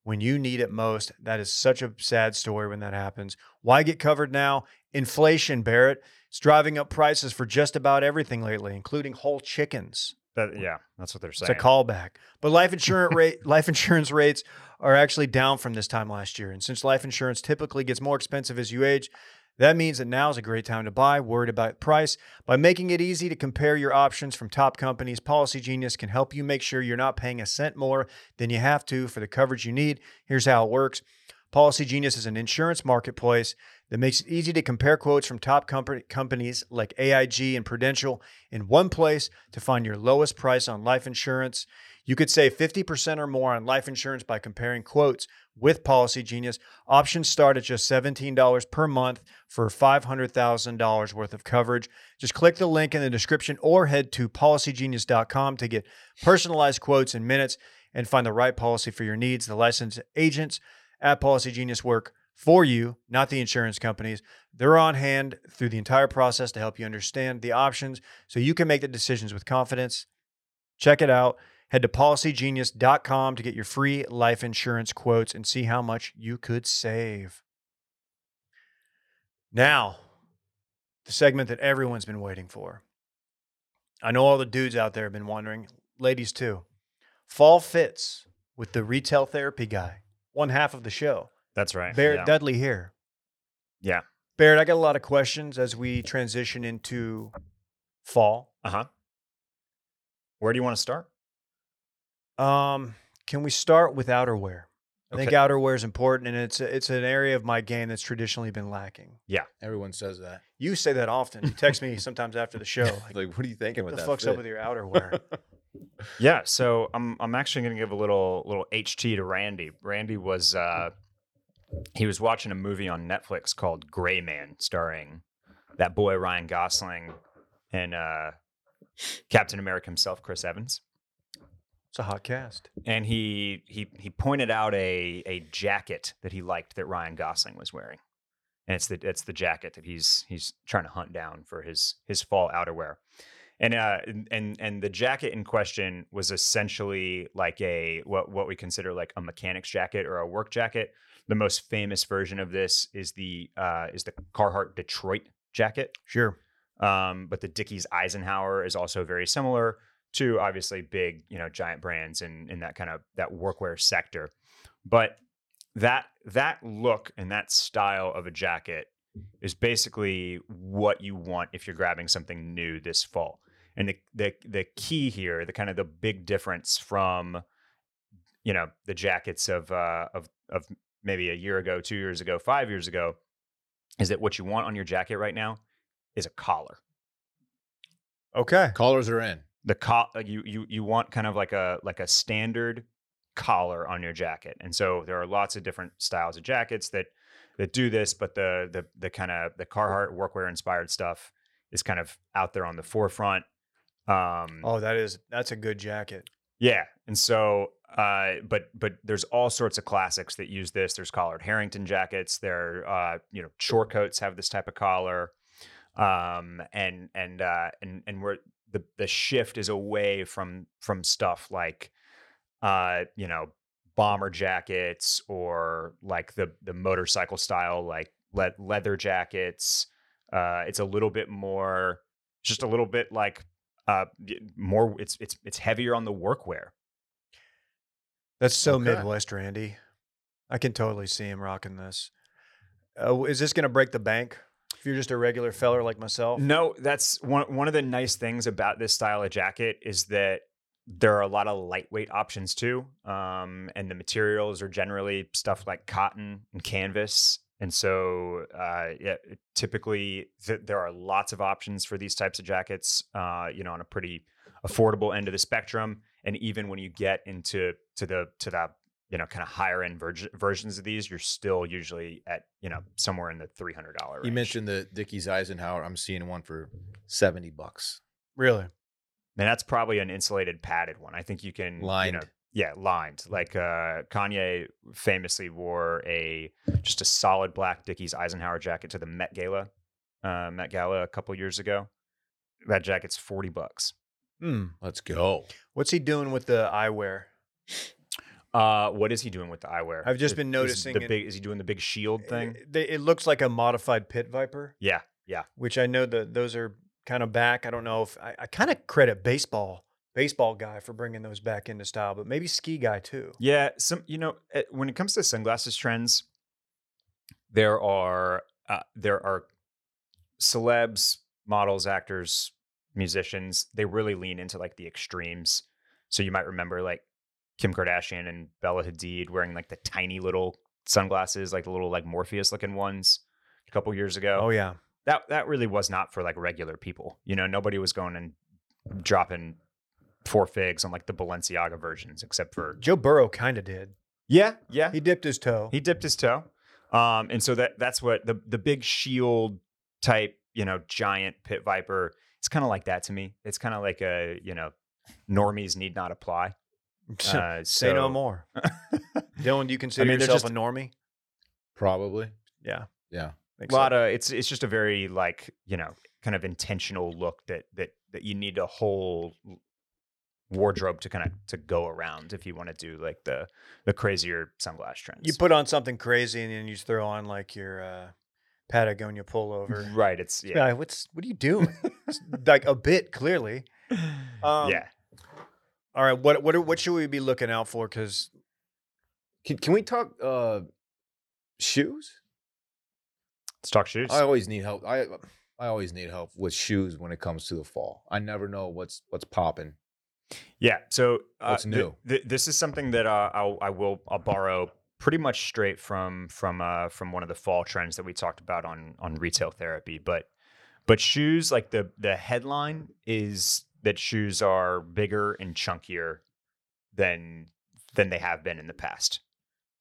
[SPEAKER 1] when you need it most. That is such a sad story when that happens. Why get covered now? Inflation, Barrett. It's driving up prices for just about everything lately, including whole chickens.
[SPEAKER 3] That, yeah, that's what they're saying.
[SPEAKER 1] It's a callback. But life insurance rate life insurance rates are actually down from this time last year. And since life insurance typically gets more expensive as you age, that means that now is a great time to buy, worried about price. By making it easy to compare your options from top companies, Policy Genius can help you make sure you're not paying a cent more than you have to for the coverage you need. Here's how it works. Policy Genius is an insurance marketplace that makes it easy to compare quotes from top company, companies like AIG and Prudential in one place to find your lowest price on life insurance. You could save 50% or more on life insurance by comparing quotes with Policy Genius. Options start at just $17 per month for $500,000 worth of coverage. Just click the link in the description or head to policygenius.com to get personalized quotes in minutes and find the right policy for your needs. The licensed agents at Policy Genius work for you, not the insurance companies. They're on hand through the entire process to help you understand the options so you can make the decisions with confidence. Check it out. Head to policygenius.com to get your free life insurance quotes and see how much you could save. Now, the segment that everyone's been waiting for. I know all the dudes out there have been wondering, ladies too. Fall fits with the retail therapy guy, one half of the show.
[SPEAKER 3] That's right.
[SPEAKER 1] Barrett
[SPEAKER 3] yeah.
[SPEAKER 1] Dudley here.
[SPEAKER 3] Yeah.
[SPEAKER 1] Barrett, I got a lot of questions as we transition into fall.
[SPEAKER 3] Uh huh. Where do you want to start?
[SPEAKER 1] Um, can we start with outerwear? I think
[SPEAKER 3] Okay.
[SPEAKER 1] outerwear is important, and it's it's an area of my game that's traditionally been lacking.
[SPEAKER 2] Everyone says that.
[SPEAKER 1] You say that often. You text me sometimes after the show. Like,
[SPEAKER 2] Like, what are you thinking
[SPEAKER 1] what
[SPEAKER 2] with
[SPEAKER 1] the
[SPEAKER 2] that?
[SPEAKER 1] fuck's up with your outerwear?
[SPEAKER 3] Yeah, so I'm I'm actually going to give a little little HT to Randy. Randy was uh he was watching a movie on Netflix called Gray Man starring that boy Ryan Gosling and uh Captain America himself Chris Evans.
[SPEAKER 1] it's a hot cast.
[SPEAKER 3] And he he he pointed out a a jacket that he liked that Ryan Gosling was wearing. And it's the it's the jacket that he's he's trying to hunt down for his his fall outerwear. And uh and- and and the jacket in question was essentially like a what what we consider like a mechanic's jacket or a work jacket. The most famous version of this is the uh is the Carhartt Detroit jacket.
[SPEAKER 1] Sure.
[SPEAKER 3] Um, but the Dickies Eisenhower is also very similar to obviously big, you know, giant brands in in that kind of that workwear sector. But that that look and that style of a jacket is basically what you want if you're grabbing something new this fall. And the the the key here, the kind of the big difference from you know the jackets of uh, of of maybe a year ago, two years ago, five years ago, is that what you want on your jacket right now is a collar.
[SPEAKER 1] Okay.
[SPEAKER 2] Callers are in.
[SPEAKER 3] The col- uh, you you you want kind of like a like a standard collar on your jacket. And so there are lots of different styles of jackets that that do this, but the the the kind of the Carhartt workwear inspired stuff is kind of out there on the forefront. Um,
[SPEAKER 1] Oh, that is that's a good jacket.
[SPEAKER 3] yeah, and so, uh, but but there's all sorts of classics that use this. There's collared Harrington jackets. There, uh, you know, short coats have this type of collar, um, and and uh, and and where the the shift is away from from stuff like, uh, you know, bomber jackets or like the the motorcycle style like le- leather jackets. Uh, it's a little bit more, just a little bit like uh y- more it's it's it's heavier on the workwear
[SPEAKER 1] That's so
[SPEAKER 2] Okay.
[SPEAKER 1] Midwest, Randy. I can totally see him rocking this. Uh, is this going to break the bank? If you're just a regular feller like myself,
[SPEAKER 3] no that's one one of the nice things about this style of jacket is that there are a lot of lightweight options too um and the materials are generally stuff like cotton and canvas and so uh yeah typically th- there are lots of options for these types of jackets uh you know on a pretty affordable end of the spectrum and even when you get into to the to that you know kind of higher end verg- versions of these you're still usually at you know somewhere in the $300 range.
[SPEAKER 2] You mentioned the Dickies Eisenhower. I'm seeing one for 70 bucks.
[SPEAKER 1] really.
[SPEAKER 3] Man, that's probably an insulated padded one. I think you can You know,
[SPEAKER 2] Lined.
[SPEAKER 3] yeah, lined. Like uh, Kanye famously wore a just a solid black Dickies Eisenhower jacket to the Met Gala, uh, Met Gala a couple years ago. That jacket's forty bucks.
[SPEAKER 1] Hmm.
[SPEAKER 2] Let's go.
[SPEAKER 1] What's he doing with the eyewear?
[SPEAKER 3] Uh, what is he doing with the eyewear?
[SPEAKER 1] I've just
[SPEAKER 3] Is-
[SPEAKER 1] been
[SPEAKER 3] is
[SPEAKER 1] noticing Eh,
[SPEAKER 3] the
[SPEAKER 1] it-
[SPEAKER 3] big. Is he doing the big shield thing?
[SPEAKER 1] It, it- it looks like a modified pit viper,
[SPEAKER 3] Yeah,
[SPEAKER 1] which I know that those are kind of back. I don't know if I, I kind of credit baseball, baseball guy for bringing those back into style, but maybe ski guy too.
[SPEAKER 3] yeah. Some, you know, eh, when it comes to sunglasses trends, there are uh, there are celebs, models, actors, musicians. They really lean into like the extremes. So you might remember like Kim Kardashian and Bella Hadid wearing like the tiny little sunglasses, like the little like Morpheus looking ones, a couple years ago.
[SPEAKER 1] Oh yeah,
[SPEAKER 3] that that really was not for like regular people. You know, nobody was going and dropping four figs on like the Balenciaga versions, except for
[SPEAKER 1] Joe Burrow kind of did.
[SPEAKER 3] yeah, yeah.
[SPEAKER 1] He
[SPEAKER 3] He,
[SPEAKER 1] dipped his toe.
[SPEAKER 3] he dipped his toe, um, and so that that's what the the big shield type, you know, giant pit viper. It's kind of like that to me. It's kind of like a you know, normies need not apply. Uh,
[SPEAKER 1] Say no
[SPEAKER 3] so-
[SPEAKER 1] more. Dylan, do you consider
[SPEAKER 3] mean, they're
[SPEAKER 1] yourself
[SPEAKER 3] just-
[SPEAKER 1] a normie?
[SPEAKER 2] Probably.
[SPEAKER 1] Yeah.
[SPEAKER 2] Yeah.
[SPEAKER 1] Think
[SPEAKER 3] a
[SPEAKER 1] so.
[SPEAKER 3] lot of it's it's just a very like you know kind of intentional look that that that you need a whole wardrobe to kind of to go around if you want to do like the the crazier sunglass trends.
[SPEAKER 1] you put on something crazy and then you just throw on like your uh, Patagonia pullover.
[SPEAKER 3] right, it's
[SPEAKER 1] Yeah.
[SPEAKER 3] Mm-hmm. yeah,
[SPEAKER 1] what's what are you doing? It's like a bit clearly. Um,
[SPEAKER 3] yeah.
[SPEAKER 1] All right, what what are- what should we be looking out for? Because
[SPEAKER 2] Can, can we talk uh, shoes?
[SPEAKER 3] Let's talk shoes.
[SPEAKER 2] I always need help. I I always need help with shoes when it comes to the fall. I never know what's what's popping.
[SPEAKER 3] Yeah. So uh,
[SPEAKER 2] What's
[SPEAKER 3] thi-
[SPEAKER 2] new?
[SPEAKER 3] thi- this is something that uh, I'll, I will I'll borrow pretty much straight from from uh, from one of the fall trends that we talked about on on retail therapy. But but shoes like the the headline is that shoes are bigger and chunkier than than they have been in the past.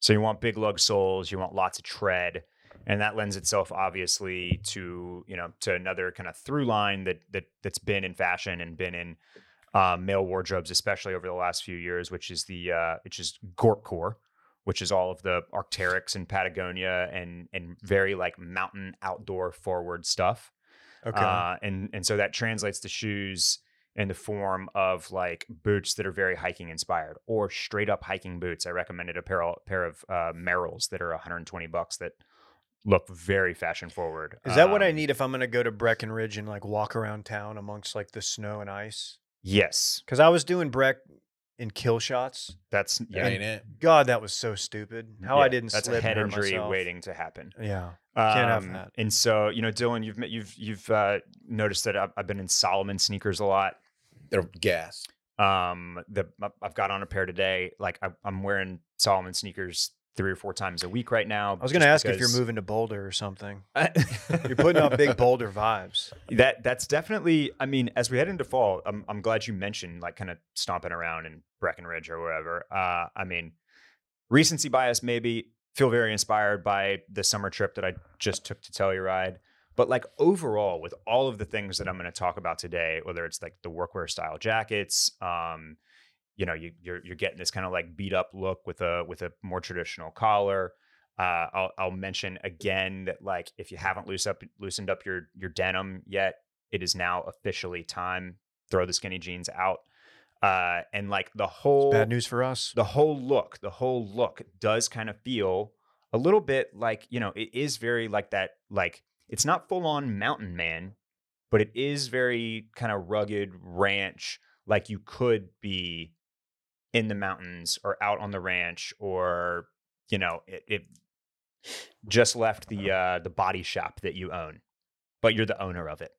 [SPEAKER 3] So you want big lug soles, you want lots of tread, and that lends itself obviously to you know to another kind of through line that that that's been in fashion and been in uh, male wardrobes, especially over the last few years, which is the uh, which is gorpcore, which is all of the Arc'teryx and Patagonia and and very like mountain outdoor forward stuff.
[SPEAKER 1] okay,
[SPEAKER 3] Uh, and and so that translates to shoes in the form of like boots that are very hiking inspired or straight up hiking boots. I recommended a pair pair of uh, Merrells that are 120 bucks that look very fashion forward.
[SPEAKER 1] is that what I
[SPEAKER 3] Um,
[SPEAKER 1] need if I'm going to go to Breckenridge and like walk around town amongst like the snow and ice?
[SPEAKER 3] Yes,
[SPEAKER 1] Because I was doing Breck in kill shots.
[SPEAKER 3] that's
[SPEAKER 2] That ain't it.
[SPEAKER 1] God, that was so stupid. How I
[SPEAKER 3] Mm, yeah,
[SPEAKER 1] didn't
[SPEAKER 3] That's
[SPEAKER 1] slip
[SPEAKER 3] a head
[SPEAKER 1] and hurt
[SPEAKER 3] injury
[SPEAKER 1] myself.
[SPEAKER 3] waiting to happen.
[SPEAKER 1] Yeah, Can't have
[SPEAKER 3] Um,
[SPEAKER 1] that.
[SPEAKER 3] And so, you know, Dylan, you've you've you've uh, noticed that I've, I've been in Solomon sneakers a lot.
[SPEAKER 2] They're gas.
[SPEAKER 3] Um, the I've got on a pair today. Like I, I'm wearing Solomon sneakers three or four times a week right now.
[SPEAKER 1] I was going to
[SPEAKER 3] just
[SPEAKER 1] ask if you're
[SPEAKER 3] because-
[SPEAKER 1] moving to Boulder or something. You're
[SPEAKER 2] You're
[SPEAKER 1] putting up big Boulder vibes.
[SPEAKER 3] That that's definitely. I mean, as we head into fall, I'm I'm glad you mentioned like kind of stomping around in Breckenridge or wherever. Uh, I mean, recency bias maybe. Feel very inspired by the summer trip that I just took to Telluride. But like overall, with all of the things that I'm going to talk about today, whether it's like the workwear style jackets, um, you know, you, you're you're getting this kind of like beat up look with a with a more traditional collar. Uh, I'll, I'll mention again that like if you haven't loose up, loosened up your your denim yet, it is now officially time throw the skinny jeans out. Uh, and like the whole
[SPEAKER 1] Bad news for us.
[SPEAKER 3] the whole look, the whole look does kind of feel a little bit like you know it is very like that like it's not full on mountain man, but it is very kind of rugged ranch like you could be in the mountains or out on the ranch or you know it, it just left the uh the body shop that you own but you're the owner of it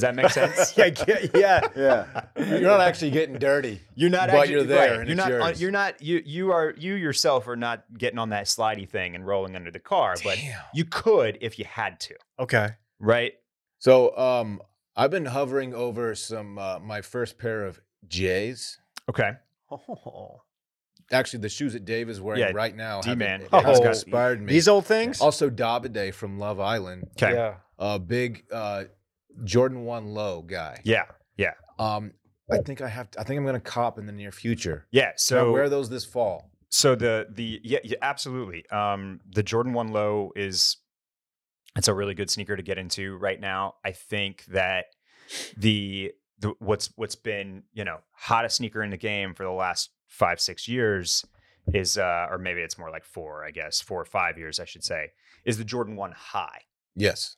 [SPEAKER 3] that make sense
[SPEAKER 1] yeah, yeah, yeah.
[SPEAKER 2] Yeah. You're not actually getting dirty.
[SPEAKER 3] you're not
[SPEAKER 2] But
[SPEAKER 3] actually,
[SPEAKER 2] you're there
[SPEAKER 3] right,
[SPEAKER 2] and
[SPEAKER 3] you're
[SPEAKER 2] it's
[SPEAKER 3] not. on-
[SPEAKER 2] yours.
[SPEAKER 3] You're not. You. You are. You yourself are not getting on that slidey thing and rolling under the car. But you could if you had to.
[SPEAKER 1] Okay.
[SPEAKER 3] Right.
[SPEAKER 2] So um, I've been hovering over some uh, my first pair of J's.
[SPEAKER 3] Okay.
[SPEAKER 1] Oh.
[SPEAKER 2] Actually, the shoes that Dave is wearing
[SPEAKER 3] Yeah,
[SPEAKER 2] right now have
[SPEAKER 3] D-Man.
[SPEAKER 1] Oh,
[SPEAKER 2] inspired me.
[SPEAKER 1] These old things?
[SPEAKER 2] also, Davide from Love Island,
[SPEAKER 3] Okay. Yeah.
[SPEAKER 1] Yeah.
[SPEAKER 2] a big uh, Jordan One Low guy.
[SPEAKER 3] Yeah.
[SPEAKER 2] Um, I think I have. To, I think I'm going to cop in the near future.
[SPEAKER 3] Yeah.
[SPEAKER 2] So Can I
[SPEAKER 3] So
[SPEAKER 2] wear those this fall.
[SPEAKER 3] So the the yeah, yeah absolutely. Um, the Jordan One Low is it's a really good sneaker to get into right now. I think that the the what's what's been you know hottest sneaker in the game for the last five six years is uh or maybe it's more like four I guess four or five years I should say is the Jordan One High
[SPEAKER 2] Yes.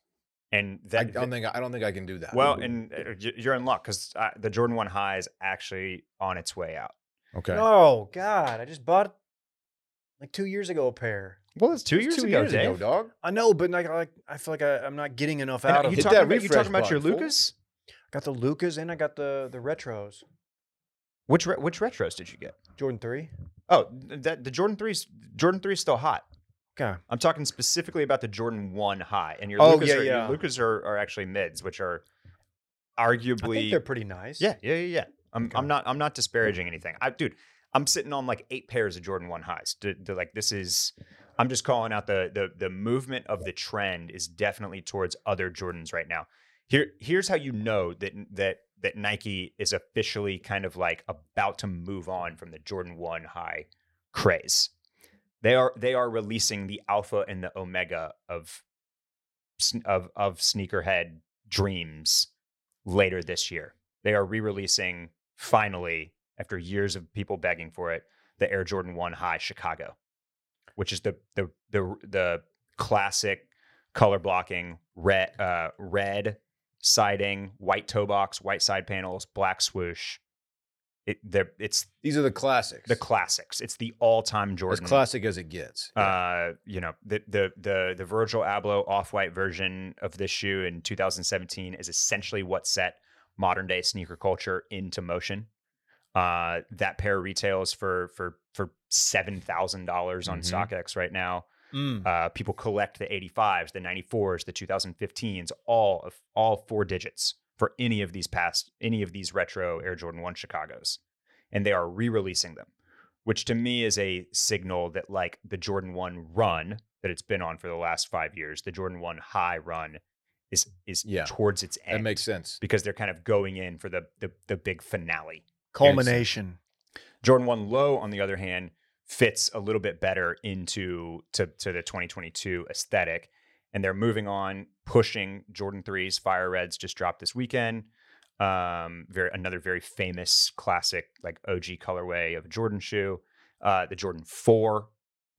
[SPEAKER 3] and
[SPEAKER 2] I
[SPEAKER 3] that
[SPEAKER 2] don't think. I don't think I can do that.
[SPEAKER 3] well and uh, y- you're in luck because the Jordan One High is actually on its way out.
[SPEAKER 2] okay.
[SPEAKER 1] Oh God, I just bought like two years ago a pair.
[SPEAKER 3] Well, it's two
[SPEAKER 2] It's
[SPEAKER 3] years
[SPEAKER 2] two
[SPEAKER 3] ago,
[SPEAKER 2] years ago,
[SPEAKER 3] Dave.
[SPEAKER 2] dog.
[SPEAKER 1] I know, but like, I, I feel like I, I'm not getting enough
[SPEAKER 3] And
[SPEAKER 1] out of it.
[SPEAKER 3] you
[SPEAKER 2] Hit
[SPEAKER 3] talking
[SPEAKER 2] that
[SPEAKER 3] about, you
[SPEAKER 2] refresh
[SPEAKER 3] talking about your
[SPEAKER 2] button, fool.
[SPEAKER 3] Lucas?
[SPEAKER 1] got the Lucas and I got the the retros.
[SPEAKER 3] Which re- which retros did you get?
[SPEAKER 1] Jordan three.
[SPEAKER 3] Oh, th- that the Jordan threes. Jordan three is still hot.
[SPEAKER 1] Okay.
[SPEAKER 3] I'm talking specifically about the Jordan one high, and your
[SPEAKER 1] Oh,
[SPEAKER 3] Lucas,
[SPEAKER 1] yeah,
[SPEAKER 3] are, your
[SPEAKER 1] yeah.
[SPEAKER 3] Lucas are, are actually mids, which are
[SPEAKER 1] I
[SPEAKER 3] arguably
[SPEAKER 1] think they're pretty nice.
[SPEAKER 3] yeah yeah yeah yeah. I'm
[SPEAKER 1] Okay.
[SPEAKER 3] I'm not I'm not disparaging anything. I dude, I'm sitting on like eight pairs of Jordan one highs. D- d- like this is. I'm just calling out the the the movement of the trend is definitely towards other Jordans right now. Here here's how you know that that that Nike is officially kind of like about to move on from the Jordan 1 high craze. They are they are releasing the alpha and the omega of sn- of of sneakerhead dreams later this year. They are re-releasing finally after years of people begging for it the Air Jordan 1 High Chicago, which is the the the the classic color blocking red uh red siding, white toe box, white side panels, black swoosh. It, they're- it's
[SPEAKER 2] These are the classics.
[SPEAKER 3] the classics. It's the all-time Jordan.
[SPEAKER 2] as classic as it gets.
[SPEAKER 3] Uh, you know, the the the the Virgil Abloh off-white version of this shoe in 2017 is essentially what set modern day sneaker culture into motion. Uh, that pair retails for for for seven thousand dollars on
[SPEAKER 2] Mhm.
[SPEAKER 3] StockX right now.
[SPEAKER 1] Mm.
[SPEAKER 3] Uh, people collect the 85s, the 94s, the 2015s, all of all four digits for any of these past any of these retro Air Jordan 1 Chicago's. And they are re-releasing them, which to me is a signal that like the Jordan 1 run that it's been on for the last 5 years, the Jordan 1 high run is is
[SPEAKER 2] Yeah.
[SPEAKER 3] towards its
[SPEAKER 2] that
[SPEAKER 3] end
[SPEAKER 2] makes sense.
[SPEAKER 3] because they're kind of going in for the the, the big finale.
[SPEAKER 1] Culmination.
[SPEAKER 3] Jordan 1 low, on the other hand, fits a little bit better into to, to the 2022 aesthetic. And they're moving on, pushing Jordan 3's Fire Reds just dropped this weekend. Um, very another very famous classic, like OG colorway of a Jordan shoe. Uh, the Jordan 4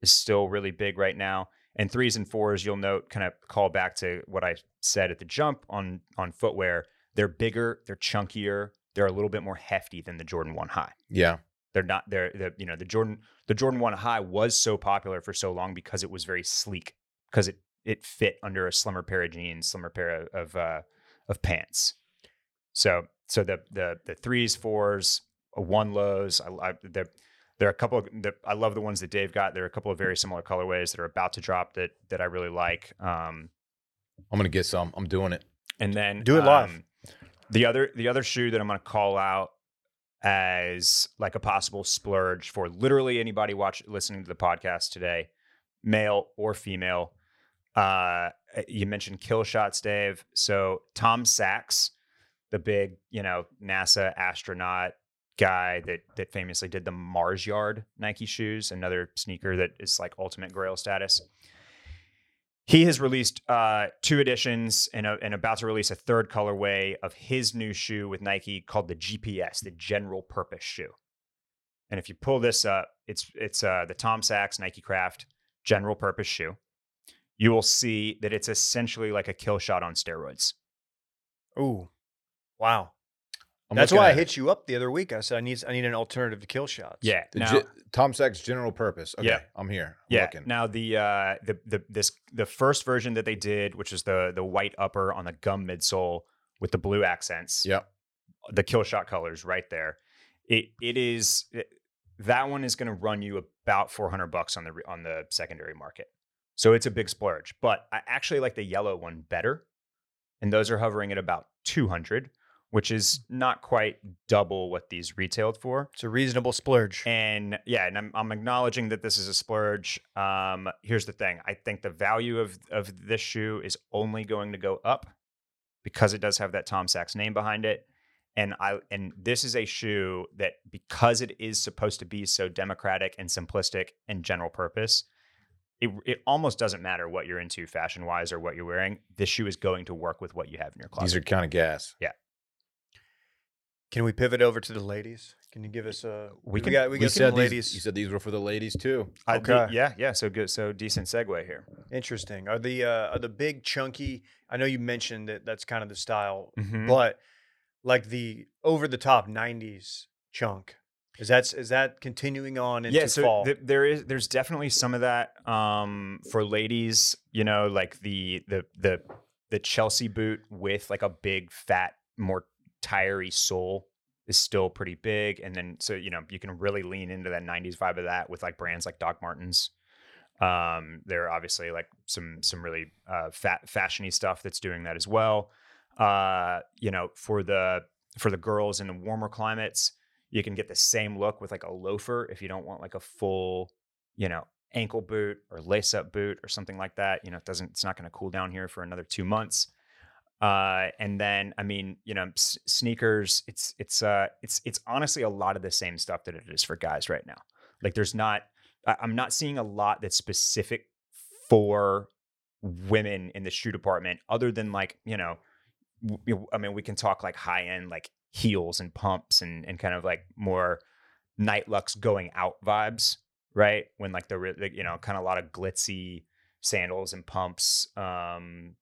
[SPEAKER 3] is still really big right now. And threes and fours, you'll note, kind of call back to what I said at the jump on on footwear. They're bigger, they're chunkier, they're a little bit more hefty than the Jordan 1 high
[SPEAKER 2] Yeah.
[SPEAKER 3] they're not they're, they you know the jordan the jordan 1 high was so popular for so long because it was very sleek because it it fit under a slimmer pair of jeans slimmer pair of of, uh, of pants so so the the the threes fours uh, one lows i, I they're there are a couple of the, I love the ones that Dave got. There are a couple of very similar colorways that are about to drop that that I really like. Um,
[SPEAKER 2] I'm gonna get some. I'm doing it.
[SPEAKER 3] and then um,
[SPEAKER 1] Do it live.
[SPEAKER 3] The other the other shoe that I'm going to call out as like a possible splurge for literally anybody watch listening to the podcast today, male or female. Uh, you mentioned kill shots, Dave. So Tom Sachs, the big you know NASA astronaut guy that that famously did the Mars Yard Nike shoes, another sneaker that is like ultimate grail status. He has released uh, two editions and, a, and about to release a third colorway of his new shoe with Nike called the GPS, the General Purpose shoe. And if you pull this up, it's it's uh, the Tom Sachs Nike Craft General Purpose shoe. You will see that it's essentially like a kill shot on steroids.
[SPEAKER 1] Ooh. Wow.
[SPEAKER 2] I'm
[SPEAKER 1] That's
[SPEAKER 2] looking
[SPEAKER 1] why I
[SPEAKER 2] at it.
[SPEAKER 1] hit you up the other week. I said I need I need an alternative to kill shots.
[SPEAKER 3] Yeah.
[SPEAKER 2] The
[SPEAKER 3] now-
[SPEAKER 2] ge- Tom Sachs general purpose. Okay,
[SPEAKER 3] Yeah.
[SPEAKER 2] I'm here. I'm
[SPEAKER 3] Yeah.
[SPEAKER 2] looking.
[SPEAKER 3] Now the uh the the this the first version that they did, which is the the white upper on the gum midsole with the blue accents.
[SPEAKER 2] Yep.
[SPEAKER 3] The kill shot colors right there. It it is it- that one is going to run you about 400 bucks on the re- on the secondary market. So it's a big splurge, but I actually like the yellow one better. And those are hovering at about 200, which is
[SPEAKER 2] Hmm.
[SPEAKER 3] not quite double what these retailed for.
[SPEAKER 1] It's a reasonable splurge.
[SPEAKER 3] And yeah, and I'm, I'm acknowledging that this is a splurge. Um, here's the thing: I think the value of of this shoe is only going to go up because it does have that Tom Sachs name behind it, and I and this is a shoe that because it is supposed to be so democratic and simplistic and general purpose, it it almost doesn't matter what you're into fashion wise or what you're wearing. This shoe is going to work with what you have in your closet.
[SPEAKER 2] These are kind of gas.
[SPEAKER 1] Can we pivot over to the ladies? Can you give us a?
[SPEAKER 3] We can-
[SPEAKER 1] got we
[SPEAKER 2] You
[SPEAKER 1] got some
[SPEAKER 2] said,
[SPEAKER 1] ladies.
[SPEAKER 2] these, you said these were for the ladies too.
[SPEAKER 3] I-
[SPEAKER 1] Okay.
[SPEAKER 3] yeah, yeah. So good. So decent segue here.
[SPEAKER 1] Interesting. Are the uh, are the big chunky? I know you mentioned that that's kind of the style,
[SPEAKER 3] Mhm.
[SPEAKER 1] but like the over the top '90s chunk is that is that continuing on into
[SPEAKER 3] yeah, so
[SPEAKER 1] fall?
[SPEAKER 3] th- there is there's definitely some of that um, for ladies. You know, like the the the the Chelsea boot with like a big fat, more tirey sole is still pretty big, and then so you know you can really lean into that '90s vibe of that with like brands like Doc Martens. Um, there are obviously like some some really uh, fat fashiony stuff that's doing that as well. Uh, you know, for the for the girls in the warmer climates, you can get the same look with like a loafer if you don't want like a full, you know, ankle boot or lace up boot or something like that. You know, it doesn't, it's not going to cool down here for another two months. Uh, and then, I mean, you know, s- sneakers, it's, it's, uh, it's, it's honestly a lot of the same stuff that it is for guys right now. Like there's not, I, I'm not seeing a lot that's specific for women in the shoe department other than like, you know, w- you know, I mean, we can talk like high end, like heels and pumps and and kind of like more night lux going out vibes, right? When like the, re- like, you know, kind of a lot of glitzy sandals and pumps. Um,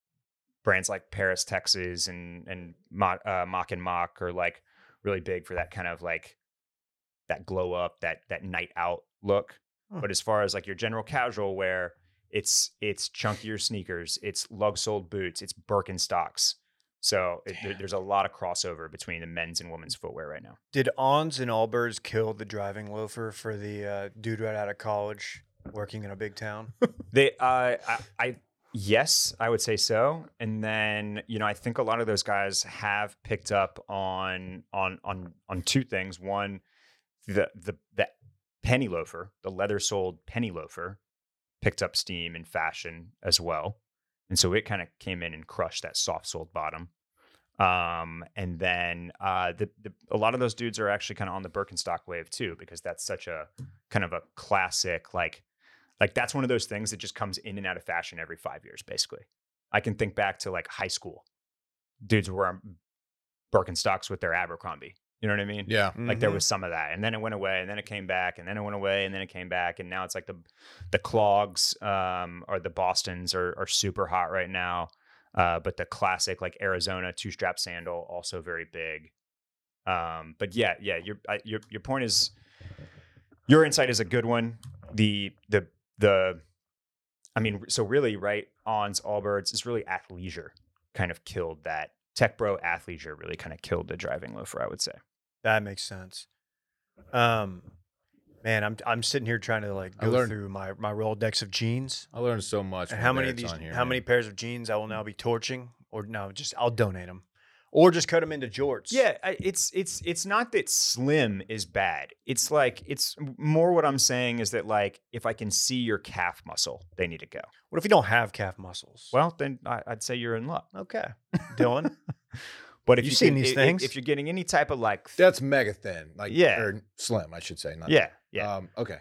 [SPEAKER 3] brands like Paris, Texas, and and Mock, uh, Mock and Mock are like really big for that kind of like that glow up, that that night out look.
[SPEAKER 1] Hmm.
[SPEAKER 3] But as far as like your general casual wear, it's it's chunkier sneakers, it's lug soled boots, it's Birkenstocks. So it, there- there's a lot of crossover between the men's and women's footwear right now.
[SPEAKER 1] Did Ons and Allbirds kill the driving loafer for the uh, dude right out of college working in a big town?
[SPEAKER 3] They, uh, I, I, yes, I would say so. And then you know, I think a lot of those guys have picked up on on on on two things. One, the the the penny loafer, the leather soled penny loafer, picked up steam in fashion as well, and so it kind of came in and crushed that soft soled bottom. Um, and then uh, the, the a lot of those dudes are actually kind of on the Birkenstock wave too, because that's such a kind of a classic like like that's one of those things that just comes in and out of fashion every five years basically i can think back to like high school dudes were wearing birkenstocks with their abercrombie you know what i mean
[SPEAKER 2] Yeah.
[SPEAKER 3] like
[SPEAKER 1] Mm-hmm.
[SPEAKER 3] there was some of that and then it went away and then it came back and then it went away and then it came back and now it's like the the clogs um or the bostons are, are super hot right now uh but the classic like arizona two strap sandal also very big um but yeah yeah your I- your your point is your insight is a good one the the the i mean so really right ons allbirds is really athleisure kind of killed that tech bro athleisure really kind of killed the driving loafer i would say
[SPEAKER 1] That makes sense. Um, man, I'm I'm sitting here trying to like
[SPEAKER 2] I
[SPEAKER 1] go
[SPEAKER 2] learned-
[SPEAKER 1] through my my Rolodex of jeans.
[SPEAKER 2] I learned so much.
[SPEAKER 1] And
[SPEAKER 2] from
[SPEAKER 1] how many of
[SPEAKER 2] Barrett's
[SPEAKER 1] these?
[SPEAKER 2] on here,
[SPEAKER 1] how
[SPEAKER 2] man.
[SPEAKER 1] many pairs of jeans I will now be torching, or no, just I'll donate them, or just cut them into jorts.
[SPEAKER 3] Yeah, I- it's it's it's not that slim is bad. It's like it's more what I'm saying is that like if I can see your calf muscle, they need to go.
[SPEAKER 1] What if you don't have calf muscles?
[SPEAKER 3] Well, then I, I'd say you're in luck.
[SPEAKER 1] okay, Dylan.
[SPEAKER 3] But if
[SPEAKER 1] You've
[SPEAKER 3] you
[SPEAKER 1] seen
[SPEAKER 3] can-
[SPEAKER 1] these
[SPEAKER 3] i- i-
[SPEAKER 1] things.
[SPEAKER 3] if you're getting any type of like,
[SPEAKER 2] That's mega thin. Like
[SPEAKER 3] Yeah.
[SPEAKER 2] or slim, I should say. Not
[SPEAKER 3] yeah,
[SPEAKER 1] Uh,
[SPEAKER 3] yeah.
[SPEAKER 2] Um, okay,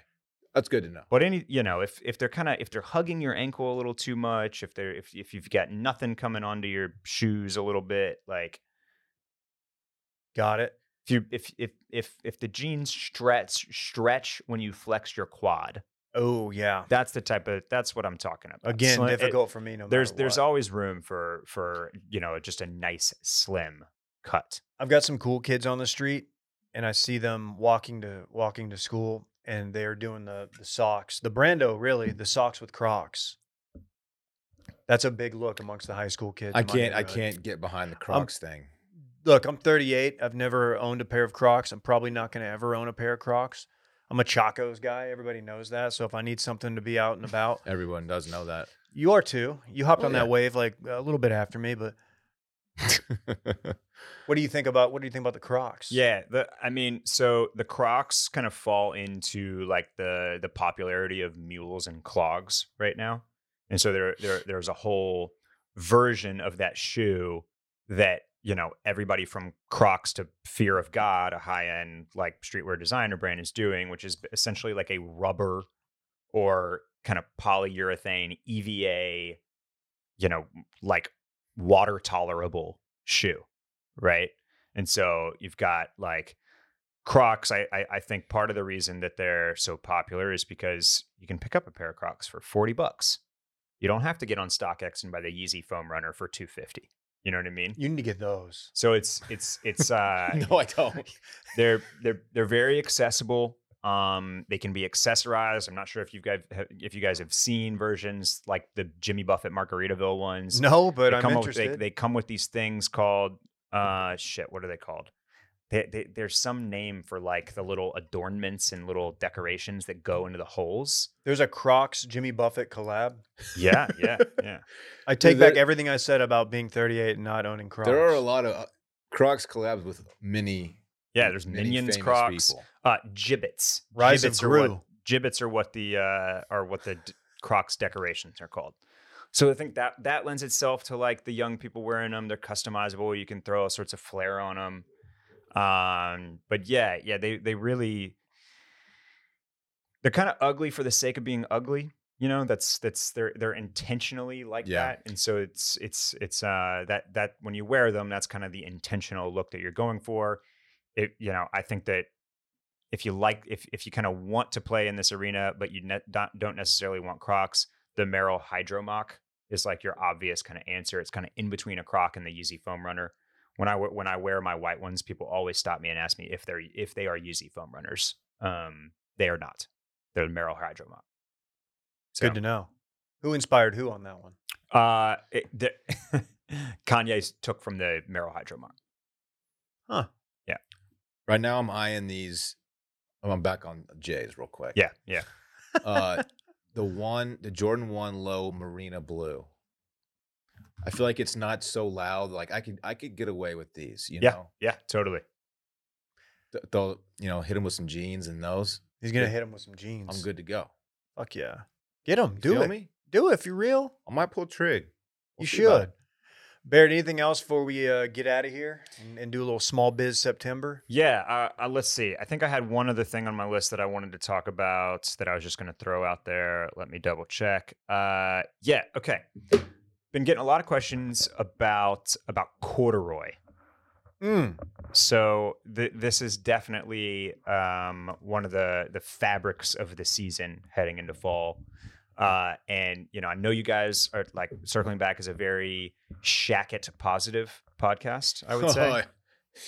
[SPEAKER 2] that's good to know.
[SPEAKER 3] but any you know if if they're kind of if they're hugging your ankle a little too much, if they're if if you've got nothing coming onto your shoes a little bit, like
[SPEAKER 1] Got it.
[SPEAKER 3] if you if if if if the jeans stretch stretch when you flex your quad,
[SPEAKER 1] Oh yeah.
[SPEAKER 3] that's the type of that's what I'm talking about.
[SPEAKER 1] Again,
[SPEAKER 3] Slim- it-
[SPEAKER 1] difficult for me. No
[SPEAKER 3] there's
[SPEAKER 1] matter
[SPEAKER 3] there's
[SPEAKER 1] what.
[SPEAKER 3] always room for for you know just a nice slim cut.
[SPEAKER 1] I've got some cool kids on the street and I see them walking to walking to school and they're doing the the socks. The Brando really, the socks with Crocs. That's a big look amongst the high school kids.
[SPEAKER 2] I
[SPEAKER 1] in my
[SPEAKER 2] can't. I
[SPEAKER 1] neighborhood.
[SPEAKER 2] can't get behind
[SPEAKER 3] Um
[SPEAKER 2] the Crocs thing.
[SPEAKER 1] Look, I'm 38. I've never owned a pair of Crocs. I'm probably not going to ever own a pair of Crocs. I'm a Chacos guy. Everybody knows that. So if I need something to be out and about,
[SPEAKER 2] Everyone does know that.
[SPEAKER 1] you are too. You hopped
[SPEAKER 2] Oh,
[SPEAKER 1] on
[SPEAKER 2] yeah.
[SPEAKER 1] that wave like a little bit after me, but what do you think about what do you think about the Crocs?
[SPEAKER 3] Yeah, the I mean, so the Crocs kind of fall into like the the popularity of mules and clogs right now, and so there there there's a whole version of that shoe that you know, everybody from Crocs to Fear of God, a high end like streetwear designer brand is doing, which is essentially like a rubber or kind of polyurethane EVA, you know, like water tolerable shoe, right? And so you've got like Crocs. I, I I think part of the reason that they're so popular is because you can pick up a pair of Crocs for forty bucks. You don't have to get on StockX and buy the Yeezy Foam Runner for two fifty. You know what I mean?
[SPEAKER 1] You need to get those.
[SPEAKER 3] So it's it's it's uh
[SPEAKER 2] no, I don't.
[SPEAKER 3] they're they're they're very accessible. Um, they can be accessorized. I'm not sure if you guys if you guys have seen versions like the Jimmy Buffett Margaritaville ones.
[SPEAKER 1] No, but
[SPEAKER 3] they
[SPEAKER 1] I'm
[SPEAKER 3] come up- they-
[SPEAKER 1] interested.
[SPEAKER 3] they, come with these things called uh shit. What are they called? They, they, there's some name for like the little adornments and little decorations that go into the holes.
[SPEAKER 1] There's a Crocs Jimmy Buffett collab.
[SPEAKER 3] Yeah, yeah, yeah.
[SPEAKER 1] I take
[SPEAKER 2] there-
[SPEAKER 1] back everything I said about being 38 and not owning Crocs.
[SPEAKER 2] There are a lot of uh, Crocs collabs with many.
[SPEAKER 3] Yeah, there's
[SPEAKER 2] many famous
[SPEAKER 3] minions, crocs,
[SPEAKER 2] people.
[SPEAKER 3] uh, gibbets.
[SPEAKER 1] Rise of
[SPEAKER 3] gibbets are what
[SPEAKER 1] Gru.
[SPEAKER 3] gibbets are what the uh, are what the d- Crocs decorations are called. So I think that that lends itself to like the young people wearing them. They're customizable. You can throw all sorts of flair on them. Um, but yeah, yeah, they they really they're kind of ugly for the sake of being ugly. You know, that's that's they're they're intentionally like
[SPEAKER 2] Yeah.
[SPEAKER 3] that, and so it's it's it's uh that that when you wear them, that's kind of the intentional look that you're going for. It you know, I think that if you like if if you kind of want to play in this arena but you ne- don't, don't necessarily want crocs the merrill hydro mock is like your obvious kind of answer it's kind of in between a croc and the yeezy foam runner when i w- when i wear my white ones people always stop me and ask me if they're if they are yeezy foam runners um they are not they're merrill hydro mock so,
[SPEAKER 1] Good to know. Who inspired who on that one?
[SPEAKER 3] uh it, the, kanye's took from the merrill hydro mock
[SPEAKER 2] Right now, I'm eyeing these. oh, I'm back on J's real quick.
[SPEAKER 3] yeah yeah
[SPEAKER 2] Uh, the one, the Jordan One Low Marina Blue. I feel like it's not so loud. Like I could, I could get away with these. You know,
[SPEAKER 3] yeah totally
[SPEAKER 2] Th- they'll, you know, hit them with some jeans and those.
[SPEAKER 1] He's gonna
[SPEAKER 2] Good.
[SPEAKER 1] hit him with some jeans.
[SPEAKER 2] I'm good to go.
[SPEAKER 1] Fuck yeah. Get him.
[SPEAKER 2] You
[SPEAKER 1] Do
[SPEAKER 2] feel
[SPEAKER 1] it.
[SPEAKER 2] me?
[SPEAKER 1] Do it if you're real.
[SPEAKER 2] I might pull trig. We'll
[SPEAKER 1] you
[SPEAKER 2] see about it.
[SPEAKER 1] should. Barrett, anything else before we uh, get out of here and, and do a little small biz September?
[SPEAKER 3] Yeah, uh, uh, let's see. I think I had one other thing on my list that I wanted to talk about that I was just going to throw out there. Let me double check. Uh, yeah, okay. Been getting a lot of questions about about corduroy.
[SPEAKER 1] Mm.
[SPEAKER 3] So th- this is definitely um, one of the the fabrics of the season heading into fall. Uh, and you know, I know you guys are like circling back is a very shacket positive podcast.
[SPEAKER 2] Oh,
[SPEAKER 3] I would say.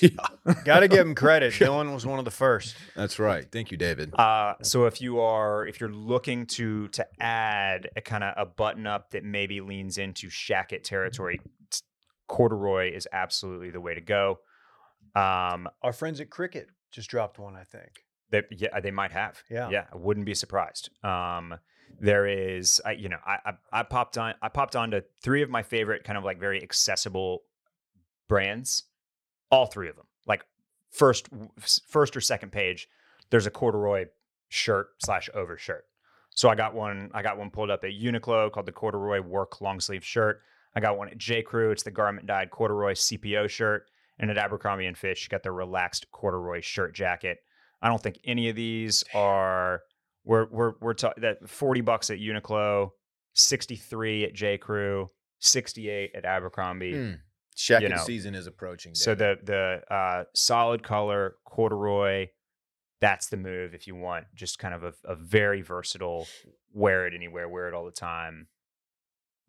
[SPEAKER 2] yeah,
[SPEAKER 1] Gotta give him credit. Dylan was one of the first.
[SPEAKER 2] that's right. Thank you, David.
[SPEAKER 3] Uh, so if you are if you're looking to to add a kind of a button up that maybe leans into shacket territory, t- corduroy is absolutely the way to go. Um,
[SPEAKER 1] Our friends at Cricket just dropped one, I think.
[SPEAKER 3] they, yeah, they might have.
[SPEAKER 1] Yeah.
[SPEAKER 3] yeah, I wouldn't be surprised. Um, there is, I, you know, I, I I popped on I popped on to three of my favorite kind of like very accessible brands, all three of them. Like first first or second page, there's a corduroy shirt slash overshirt. So I got one I got one pulled up at Uniqlo called the corduroy work long sleeve shirt. I got one at J Crew. It's the garment dyed corduroy CPO shirt. And at Abercrombie and Fish, you got the relaxed corduroy shirt jacket. I don't think any of these are we're we're we're talking that 40 bucks at Uniqlo, 63 at J Crew, 68 at Abercrombie.
[SPEAKER 2] Mm. Shack
[SPEAKER 3] you know,
[SPEAKER 2] season is approaching.
[SPEAKER 3] So
[SPEAKER 2] David.
[SPEAKER 3] the the uh, solid color corduroy, that's the move if you want just kind of a, a very versatile, wear it anywhere, wear it all the time.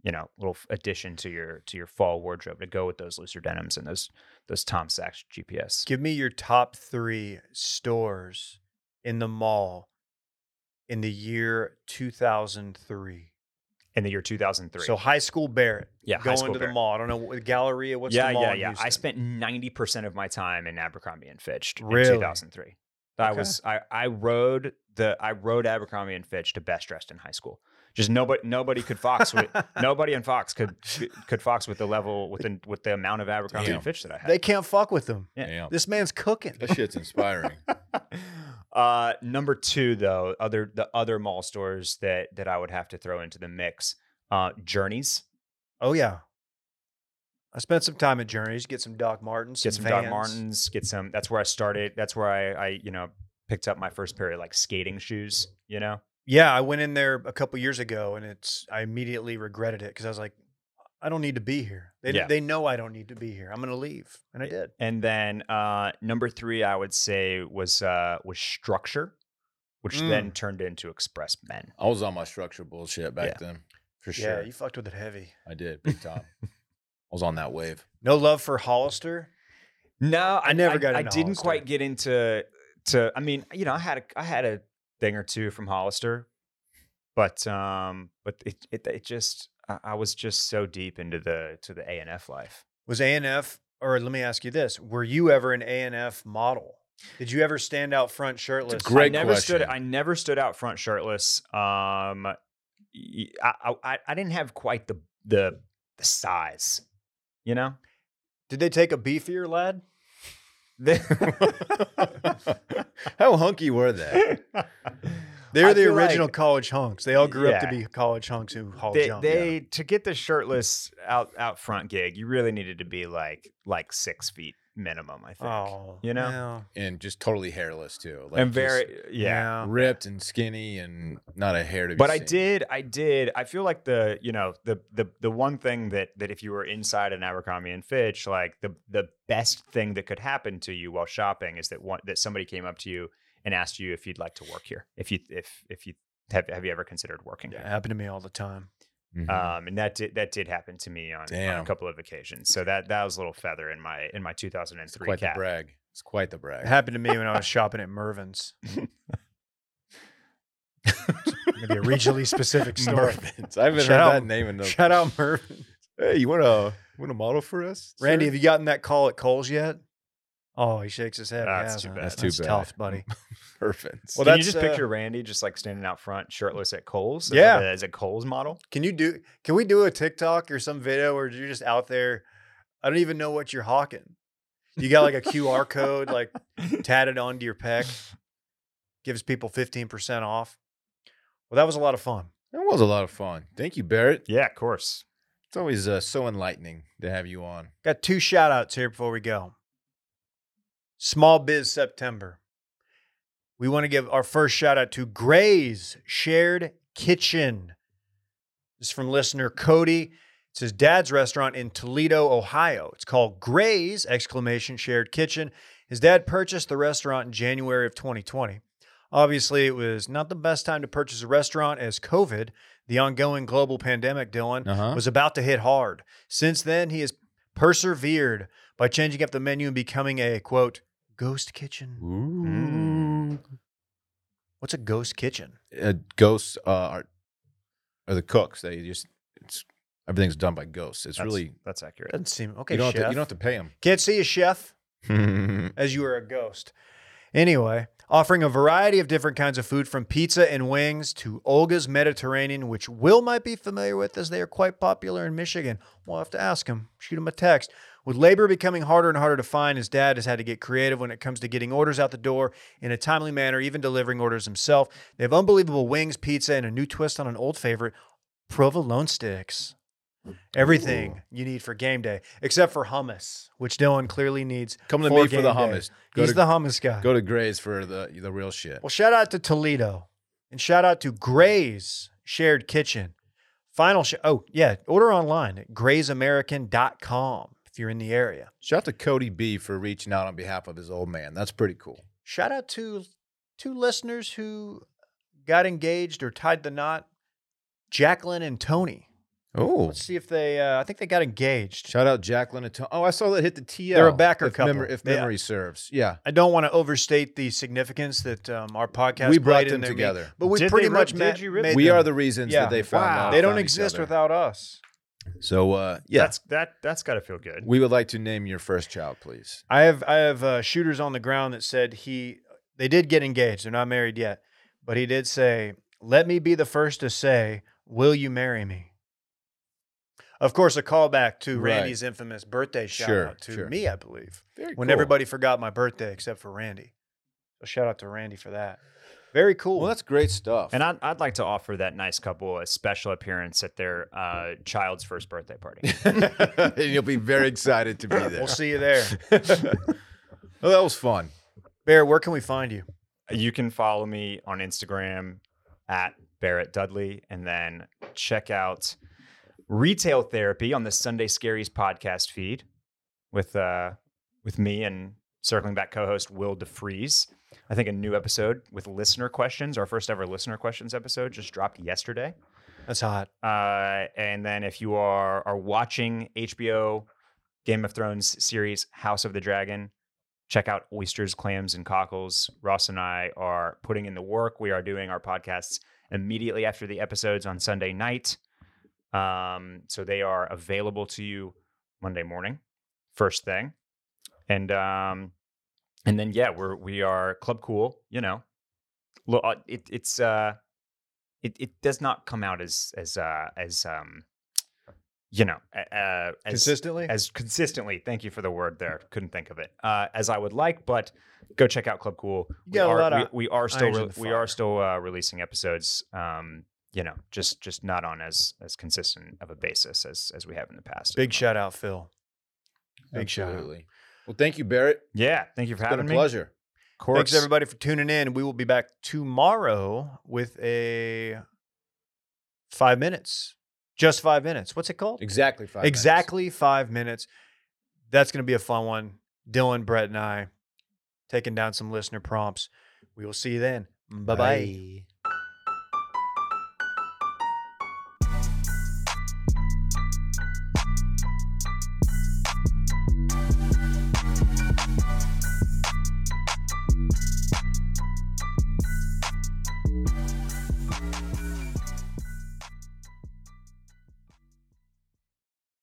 [SPEAKER 3] You know, little f- addition to your to your fall wardrobe to go with those looser denims and those those Tom Sachs GPS.
[SPEAKER 1] Give me your top three stores in the mall in the year 2003.
[SPEAKER 3] In the year two thousand three.
[SPEAKER 1] So high school Barrett.
[SPEAKER 3] yeah, high
[SPEAKER 1] going
[SPEAKER 3] school
[SPEAKER 1] to
[SPEAKER 3] bear.
[SPEAKER 1] the mall. I don't know what Galleria. What's
[SPEAKER 3] yeah,
[SPEAKER 1] the mall?
[SPEAKER 3] yeah,
[SPEAKER 1] in
[SPEAKER 3] yeah. I
[SPEAKER 1] Houston?
[SPEAKER 3] spent ninety percent of my time in Abercrombie and Fitch in
[SPEAKER 1] Really?
[SPEAKER 3] two thousand three. I
[SPEAKER 1] Okay.
[SPEAKER 3] was I I rode the I rode Abercrombie and Fitch to best dressed in high school. Just nobody nobody could fox with nobody in Fox could could fox with the level with the, with the amount of Abercrombie
[SPEAKER 2] Damn.
[SPEAKER 3] and Fitch that I had.
[SPEAKER 1] They can't fuck with them.
[SPEAKER 3] yeah.
[SPEAKER 2] Damn.
[SPEAKER 1] This man's cooking.
[SPEAKER 2] that shit's inspiring.
[SPEAKER 3] uh, number two, though, other the other mall stores that that I would have to throw into the mix, uh, Journeys.
[SPEAKER 1] Oh yeah. I spent some time at Journeys, get some Doc Martens,
[SPEAKER 3] get some Doc
[SPEAKER 1] Vans.
[SPEAKER 3] Martens, get some. That's where I started. That's where I, I, you know, picked up my first pair of like skating shoes. You know,
[SPEAKER 1] Yeah, I went in there a couple years ago, and it's I immediately regretted it because I was like, I don't need to be here. They
[SPEAKER 3] Yeah.
[SPEAKER 1] they know I don't need to be here. I'm gonna leave, and I did.
[SPEAKER 3] And then uh, number three, I would say was uh, was structure, which then turned into Express Men.
[SPEAKER 2] I was on my structure bullshit back then, for
[SPEAKER 1] Yeah,
[SPEAKER 2] sure.
[SPEAKER 1] you fucked with it heavy.
[SPEAKER 2] I did big time. I was on that wave.
[SPEAKER 1] No love for Hollister.
[SPEAKER 3] No,
[SPEAKER 1] I never got
[SPEAKER 3] I
[SPEAKER 1] into
[SPEAKER 3] didn't
[SPEAKER 1] Hollister.
[SPEAKER 3] quite get into to. I mean, you know, I had a I had a thing or two from Hollister, but um, but it it, it just I, I was just so deep into the to the ANF life.
[SPEAKER 1] Was ANF, or let me ask you this: Were you ever an ANF model? Did you ever stand out front shirtless?
[SPEAKER 2] great-
[SPEAKER 3] I never stood.
[SPEAKER 2] question.
[SPEAKER 3] I never stood out front shirtless. Um, y- I, I I didn't have quite the the the size, you know.
[SPEAKER 1] Did they take a beefier lad?
[SPEAKER 2] How hunky were they?
[SPEAKER 1] They're
[SPEAKER 3] I
[SPEAKER 1] the
[SPEAKER 3] feel like
[SPEAKER 1] original college hunks. They all grew up to
[SPEAKER 3] Yeah.
[SPEAKER 1] be college hunks who haul
[SPEAKER 3] they,
[SPEAKER 1] junk.
[SPEAKER 3] they to get the shirtless out out front gig, you really needed to be like like six feet minimum. I think.
[SPEAKER 1] oh,
[SPEAKER 3] you know?
[SPEAKER 1] well,
[SPEAKER 2] And just totally hairless too.
[SPEAKER 3] and
[SPEAKER 2] just
[SPEAKER 3] very uh, yeah.
[SPEAKER 2] ripped and skinny and not a hair to be
[SPEAKER 3] but I
[SPEAKER 2] seen.
[SPEAKER 3] did, I did. I feel like the, you know, the the the one thing that that if you were inside an Abercrombie and Fitch, like the the best thing that could happen to you while shopping is that one that somebody came up to you and asked you if you'd like to work here. If you if if you have have you ever considered working
[SPEAKER 1] yeah,
[SPEAKER 3] here?
[SPEAKER 1] happened to me all the time.
[SPEAKER 2] Mhm.
[SPEAKER 3] Um, and that did that did happen to me on, on a
[SPEAKER 2] Damn.
[SPEAKER 3] couple of occasions. So that that was a little feather in my in my 2003
[SPEAKER 2] quite
[SPEAKER 3] cap.
[SPEAKER 2] the brag. It's quite the
[SPEAKER 1] It
[SPEAKER 2] brag.
[SPEAKER 1] happened to me when I was shopping at Mervin's. Maybe a regionally specific store.
[SPEAKER 2] Mervyn's. I haven't
[SPEAKER 1] Shout
[SPEAKER 2] heard
[SPEAKER 1] out-
[SPEAKER 2] that name in the.
[SPEAKER 1] Shout out Mervin.
[SPEAKER 2] Hey, you want to want to model for us, sir?
[SPEAKER 1] Randy, have you gotten that call at Cole's yet? Oh, he shakes his head.
[SPEAKER 3] That's
[SPEAKER 1] He
[SPEAKER 3] too
[SPEAKER 1] hasn't.
[SPEAKER 3] bad.
[SPEAKER 2] That's too bad.
[SPEAKER 1] tough, buddy.
[SPEAKER 2] Mervyn's.
[SPEAKER 1] Well,
[SPEAKER 3] Well, Can you
[SPEAKER 1] that's,
[SPEAKER 3] just
[SPEAKER 1] uh,
[SPEAKER 3] picture Randy just like standing out front, shirtless at Kohl's? as
[SPEAKER 1] Yeah.
[SPEAKER 3] a- as a Kohl's model.
[SPEAKER 1] Can you do? Can we do a TikTok or some video where you're just out there? I don't even know what you're hawking. You got like a QR code like tatted onto your pec, gives people fifteen percent off. Well, that was a lot of fun.
[SPEAKER 2] That was a lot of fun. Thank you, Barrett.
[SPEAKER 3] Yeah, of course.
[SPEAKER 2] It's always uh, so enlightening to have you on.
[SPEAKER 1] Got two shout outs here before we go. Small Biz September. We want to give our first shout out to Gray's Shared Kitchen. This is from listener Cody. It's his dad's restaurant in Toledo, Ohio. It's called Gray's exclamation shared kitchen. His dad purchased the restaurant in January of 2020. Obviously, it was not the best time to purchase a restaurant as COVID, the ongoing global pandemic, Dylan,
[SPEAKER 2] Uh-huh.
[SPEAKER 1] was about to hit hard. Since then, he has persevered by changing up the menu and becoming a quote ghost kitchen.
[SPEAKER 2] Ooh.
[SPEAKER 1] What's a ghost kitchen?
[SPEAKER 2] Mm. Uh, ghosts uh, are are the cooks. They just it's everything's done by ghosts. It's
[SPEAKER 3] That's-
[SPEAKER 2] really
[SPEAKER 3] that's accurate.
[SPEAKER 1] Doesn't seem okay.
[SPEAKER 2] you don't
[SPEAKER 1] chef.
[SPEAKER 2] have to, you don't have to pay them.
[SPEAKER 1] Can't see a chef. as you are a ghost. Anyway, offering a variety of different kinds of food from pizza and wings to Olga's Mediterranean, which Will might be familiar with as they are quite popular in Michigan. We'll have to ask him, shoot him a text. With labor becoming harder and harder to find, his dad has had to get creative when it comes to getting orders out the door in a timely manner, even delivering orders himself. They have unbelievable wings, pizza, and a new twist on an old favorite, provolone sticks. Everything you need for game day, except for hummus, which Dylan clearly needs.
[SPEAKER 2] Come to
[SPEAKER 1] for
[SPEAKER 2] me for the
[SPEAKER 1] game day.
[SPEAKER 2] hummus. Go
[SPEAKER 1] He's
[SPEAKER 2] to,
[SPEAKER 1] the hummus guy.
[SPEAKER 2] go to Gray's for the the real shit.
[SPEAKER 1] well, shout out to Toledo and shout out to Gray's Shared Kitchen. Final sh- Oh, yeah. Order online at graysamerican.com if you're in the area.
[SPEAKER 2] Shout out to Cody B for reaching out on behalf of his old man. That's pretty cool.
[SPEAKER 1] Shout out to two listeners who got engaged or tied the knot Jacqueline and Tony.
[SPEAKER 2] Oh,
[SPEAKER 1] Let's see if they, uh, I think they got engaged.
[SPEAKER 2] shout out Jacqueline and Tom. Oh, I saw that hit the TL.
[SPEAKER 1] They're a backer
[SPEAKER 2] if mem-
[SPEAKER 1] couple.
[SPEAKER 2] if
[SPEAKER 1] They-
[SPEAKER 2] memory serves, yeah,
[SPEAKER 1] I don't want to overstate the significance that um, our podcast
[SPEAKER 2] we
[SPEAKER 1] played
[SPEAKER 2] brought
[SPEAKER 1] in
[SPEAKER 2] them
[SPEAKER 1] their meet-
[SPEAKER 2] together.
[SPEAKER 1] but we
[SPEAKER 3] Did they
[SPEAKER 1] pretty
[SPEAKER 3] re-
[SPEAKER 1] much
[SPEAKER 3] did
[SPEAKER 1] met,
[SPEAKER 3] you really?
[SPEAKER 1] made
[SPEAKER 2] we
[SPEAKER 1] them.
[SPEAKER 2] are the reasons
[SPEAKER 1] Yeah.
[SPEAKER 2] that they found
[SPEAKER 3] Wow.
[SPEAKER 2] out.
[SPEAKER 1] They don't
[SPEAKER 2] found each
[SPEAKER 1] exist
[SPEAKER 2] other.
[SPEAKER 1] without us.
[SPEAKER 2] So uh, yeah,
[SPEAKER 3] That's that that's gotta feel good.
[SPEAKER 2] we would like to name your first child, please.
[SPEAKER 1] I have I have uh, shooters on the ground that said he they did get engaged. They're not married yet, but he did say, "Let me be the first to say, will you marry me?" Of course, a callback to
[SPEAKER 2] Right.
[SPEAKER 1] Randy's infamous birthday shout
[SPEAKER 2] Sure,
[SPEAKER 1] out to
[SPEAKER 2] sure.
[SPEAKER 1] me, I believe,
[SPEAKER 2] Very
[SPEAKER 1] when
[SPEAKER 2] cool.
[SPEAKER 1] everybody forgot my birthday except for Randy. So shout out to Randy for that. Very cool.
[SPEAKER 2] Well, that's great stuff.
[SPEAKER 3] And I'd, I'd like to offer that nice couple a special appearance at their uh, child's first birthday party.
[SPEAKER 2] and you'll be very excited to be there.
[SPEAKER 1] we'll see you there.
[SPEAKER 2] well, that was fun.
[SPEAKER 1] Bear, where can we find you?
[SPEAKER 3] you can follow me on Instagram at Barrett Dudley and then check out Retail Therapy on the Sunday Scaries podcast feed with uh with me and circling back co-host Will DeFries. I think a new episode with listener questions, our first ever listener questions episode just dropped yesterday.
[SPEAKER 1] That's hot.
[SPEAKER 3] Uh, and then if you are are watching HBO Game of Thrones series House of the Dragon, check out Oysters, Clams, and Cockles. Ross and I are putting in the work. We are doing our podcasts immediately after the episodes on Sunday night. Um, so they are available to you Monday morning, first thing. And um, and then yeah, we're we are Club Cool, you know. Lo- uh, It, it's uh it, it does not come out as as uh as um you know uh, uh, as
[SPEAKER 1] Consistently?
[SPEAKER 3] as consistently. Thank you for the word there. Couldn't think of it uh, as I would like, but go check out Club Cool. We
[SPEAKER 1] got a
[SPEAKER 3] are,
[SPEAKER 1] lot
[SPEAKER 3] we,
[SPEAKER 1] of
[SPEAKER 3] we are still
[SPEAKER 1] irons in
[SPEAKER 3] re-
[SPEAKER 1] the
[SPEAKER 3] we
[SPEAKER 1] fire.
[SPEAKER 3] are still uh, releasing episodes. Um, you know, just just not on as as consistent of a basis as as we have in the past.
[SPEAKER 1] Big shout out, Phil. Big shout out.
[SPEAKER 2] Absolutely. Well, thank you, Barrett.
[SPEAKER 3] Yeah, thank you for
[SPEAKER 2] It's
[SPEAKER 3] having
[SPEAKER 2] been a
[SPEAKER 3] me.
[SPEAKER 2] pleasure.
[SPEAKER 3] Of course.
[SPEAKER 1] Thanks everybody for tuning in. We will be back tomorrow with a five minutes, just five minutes. What's it called?
[SPEAKER 2] Exactly five. minutes.
[SPEAKER 1] exactly five minutes. That's going to be a fun one. Dylan, Brett, and I taking down some listener prompts. We will see you then. Bye-bye. bye bye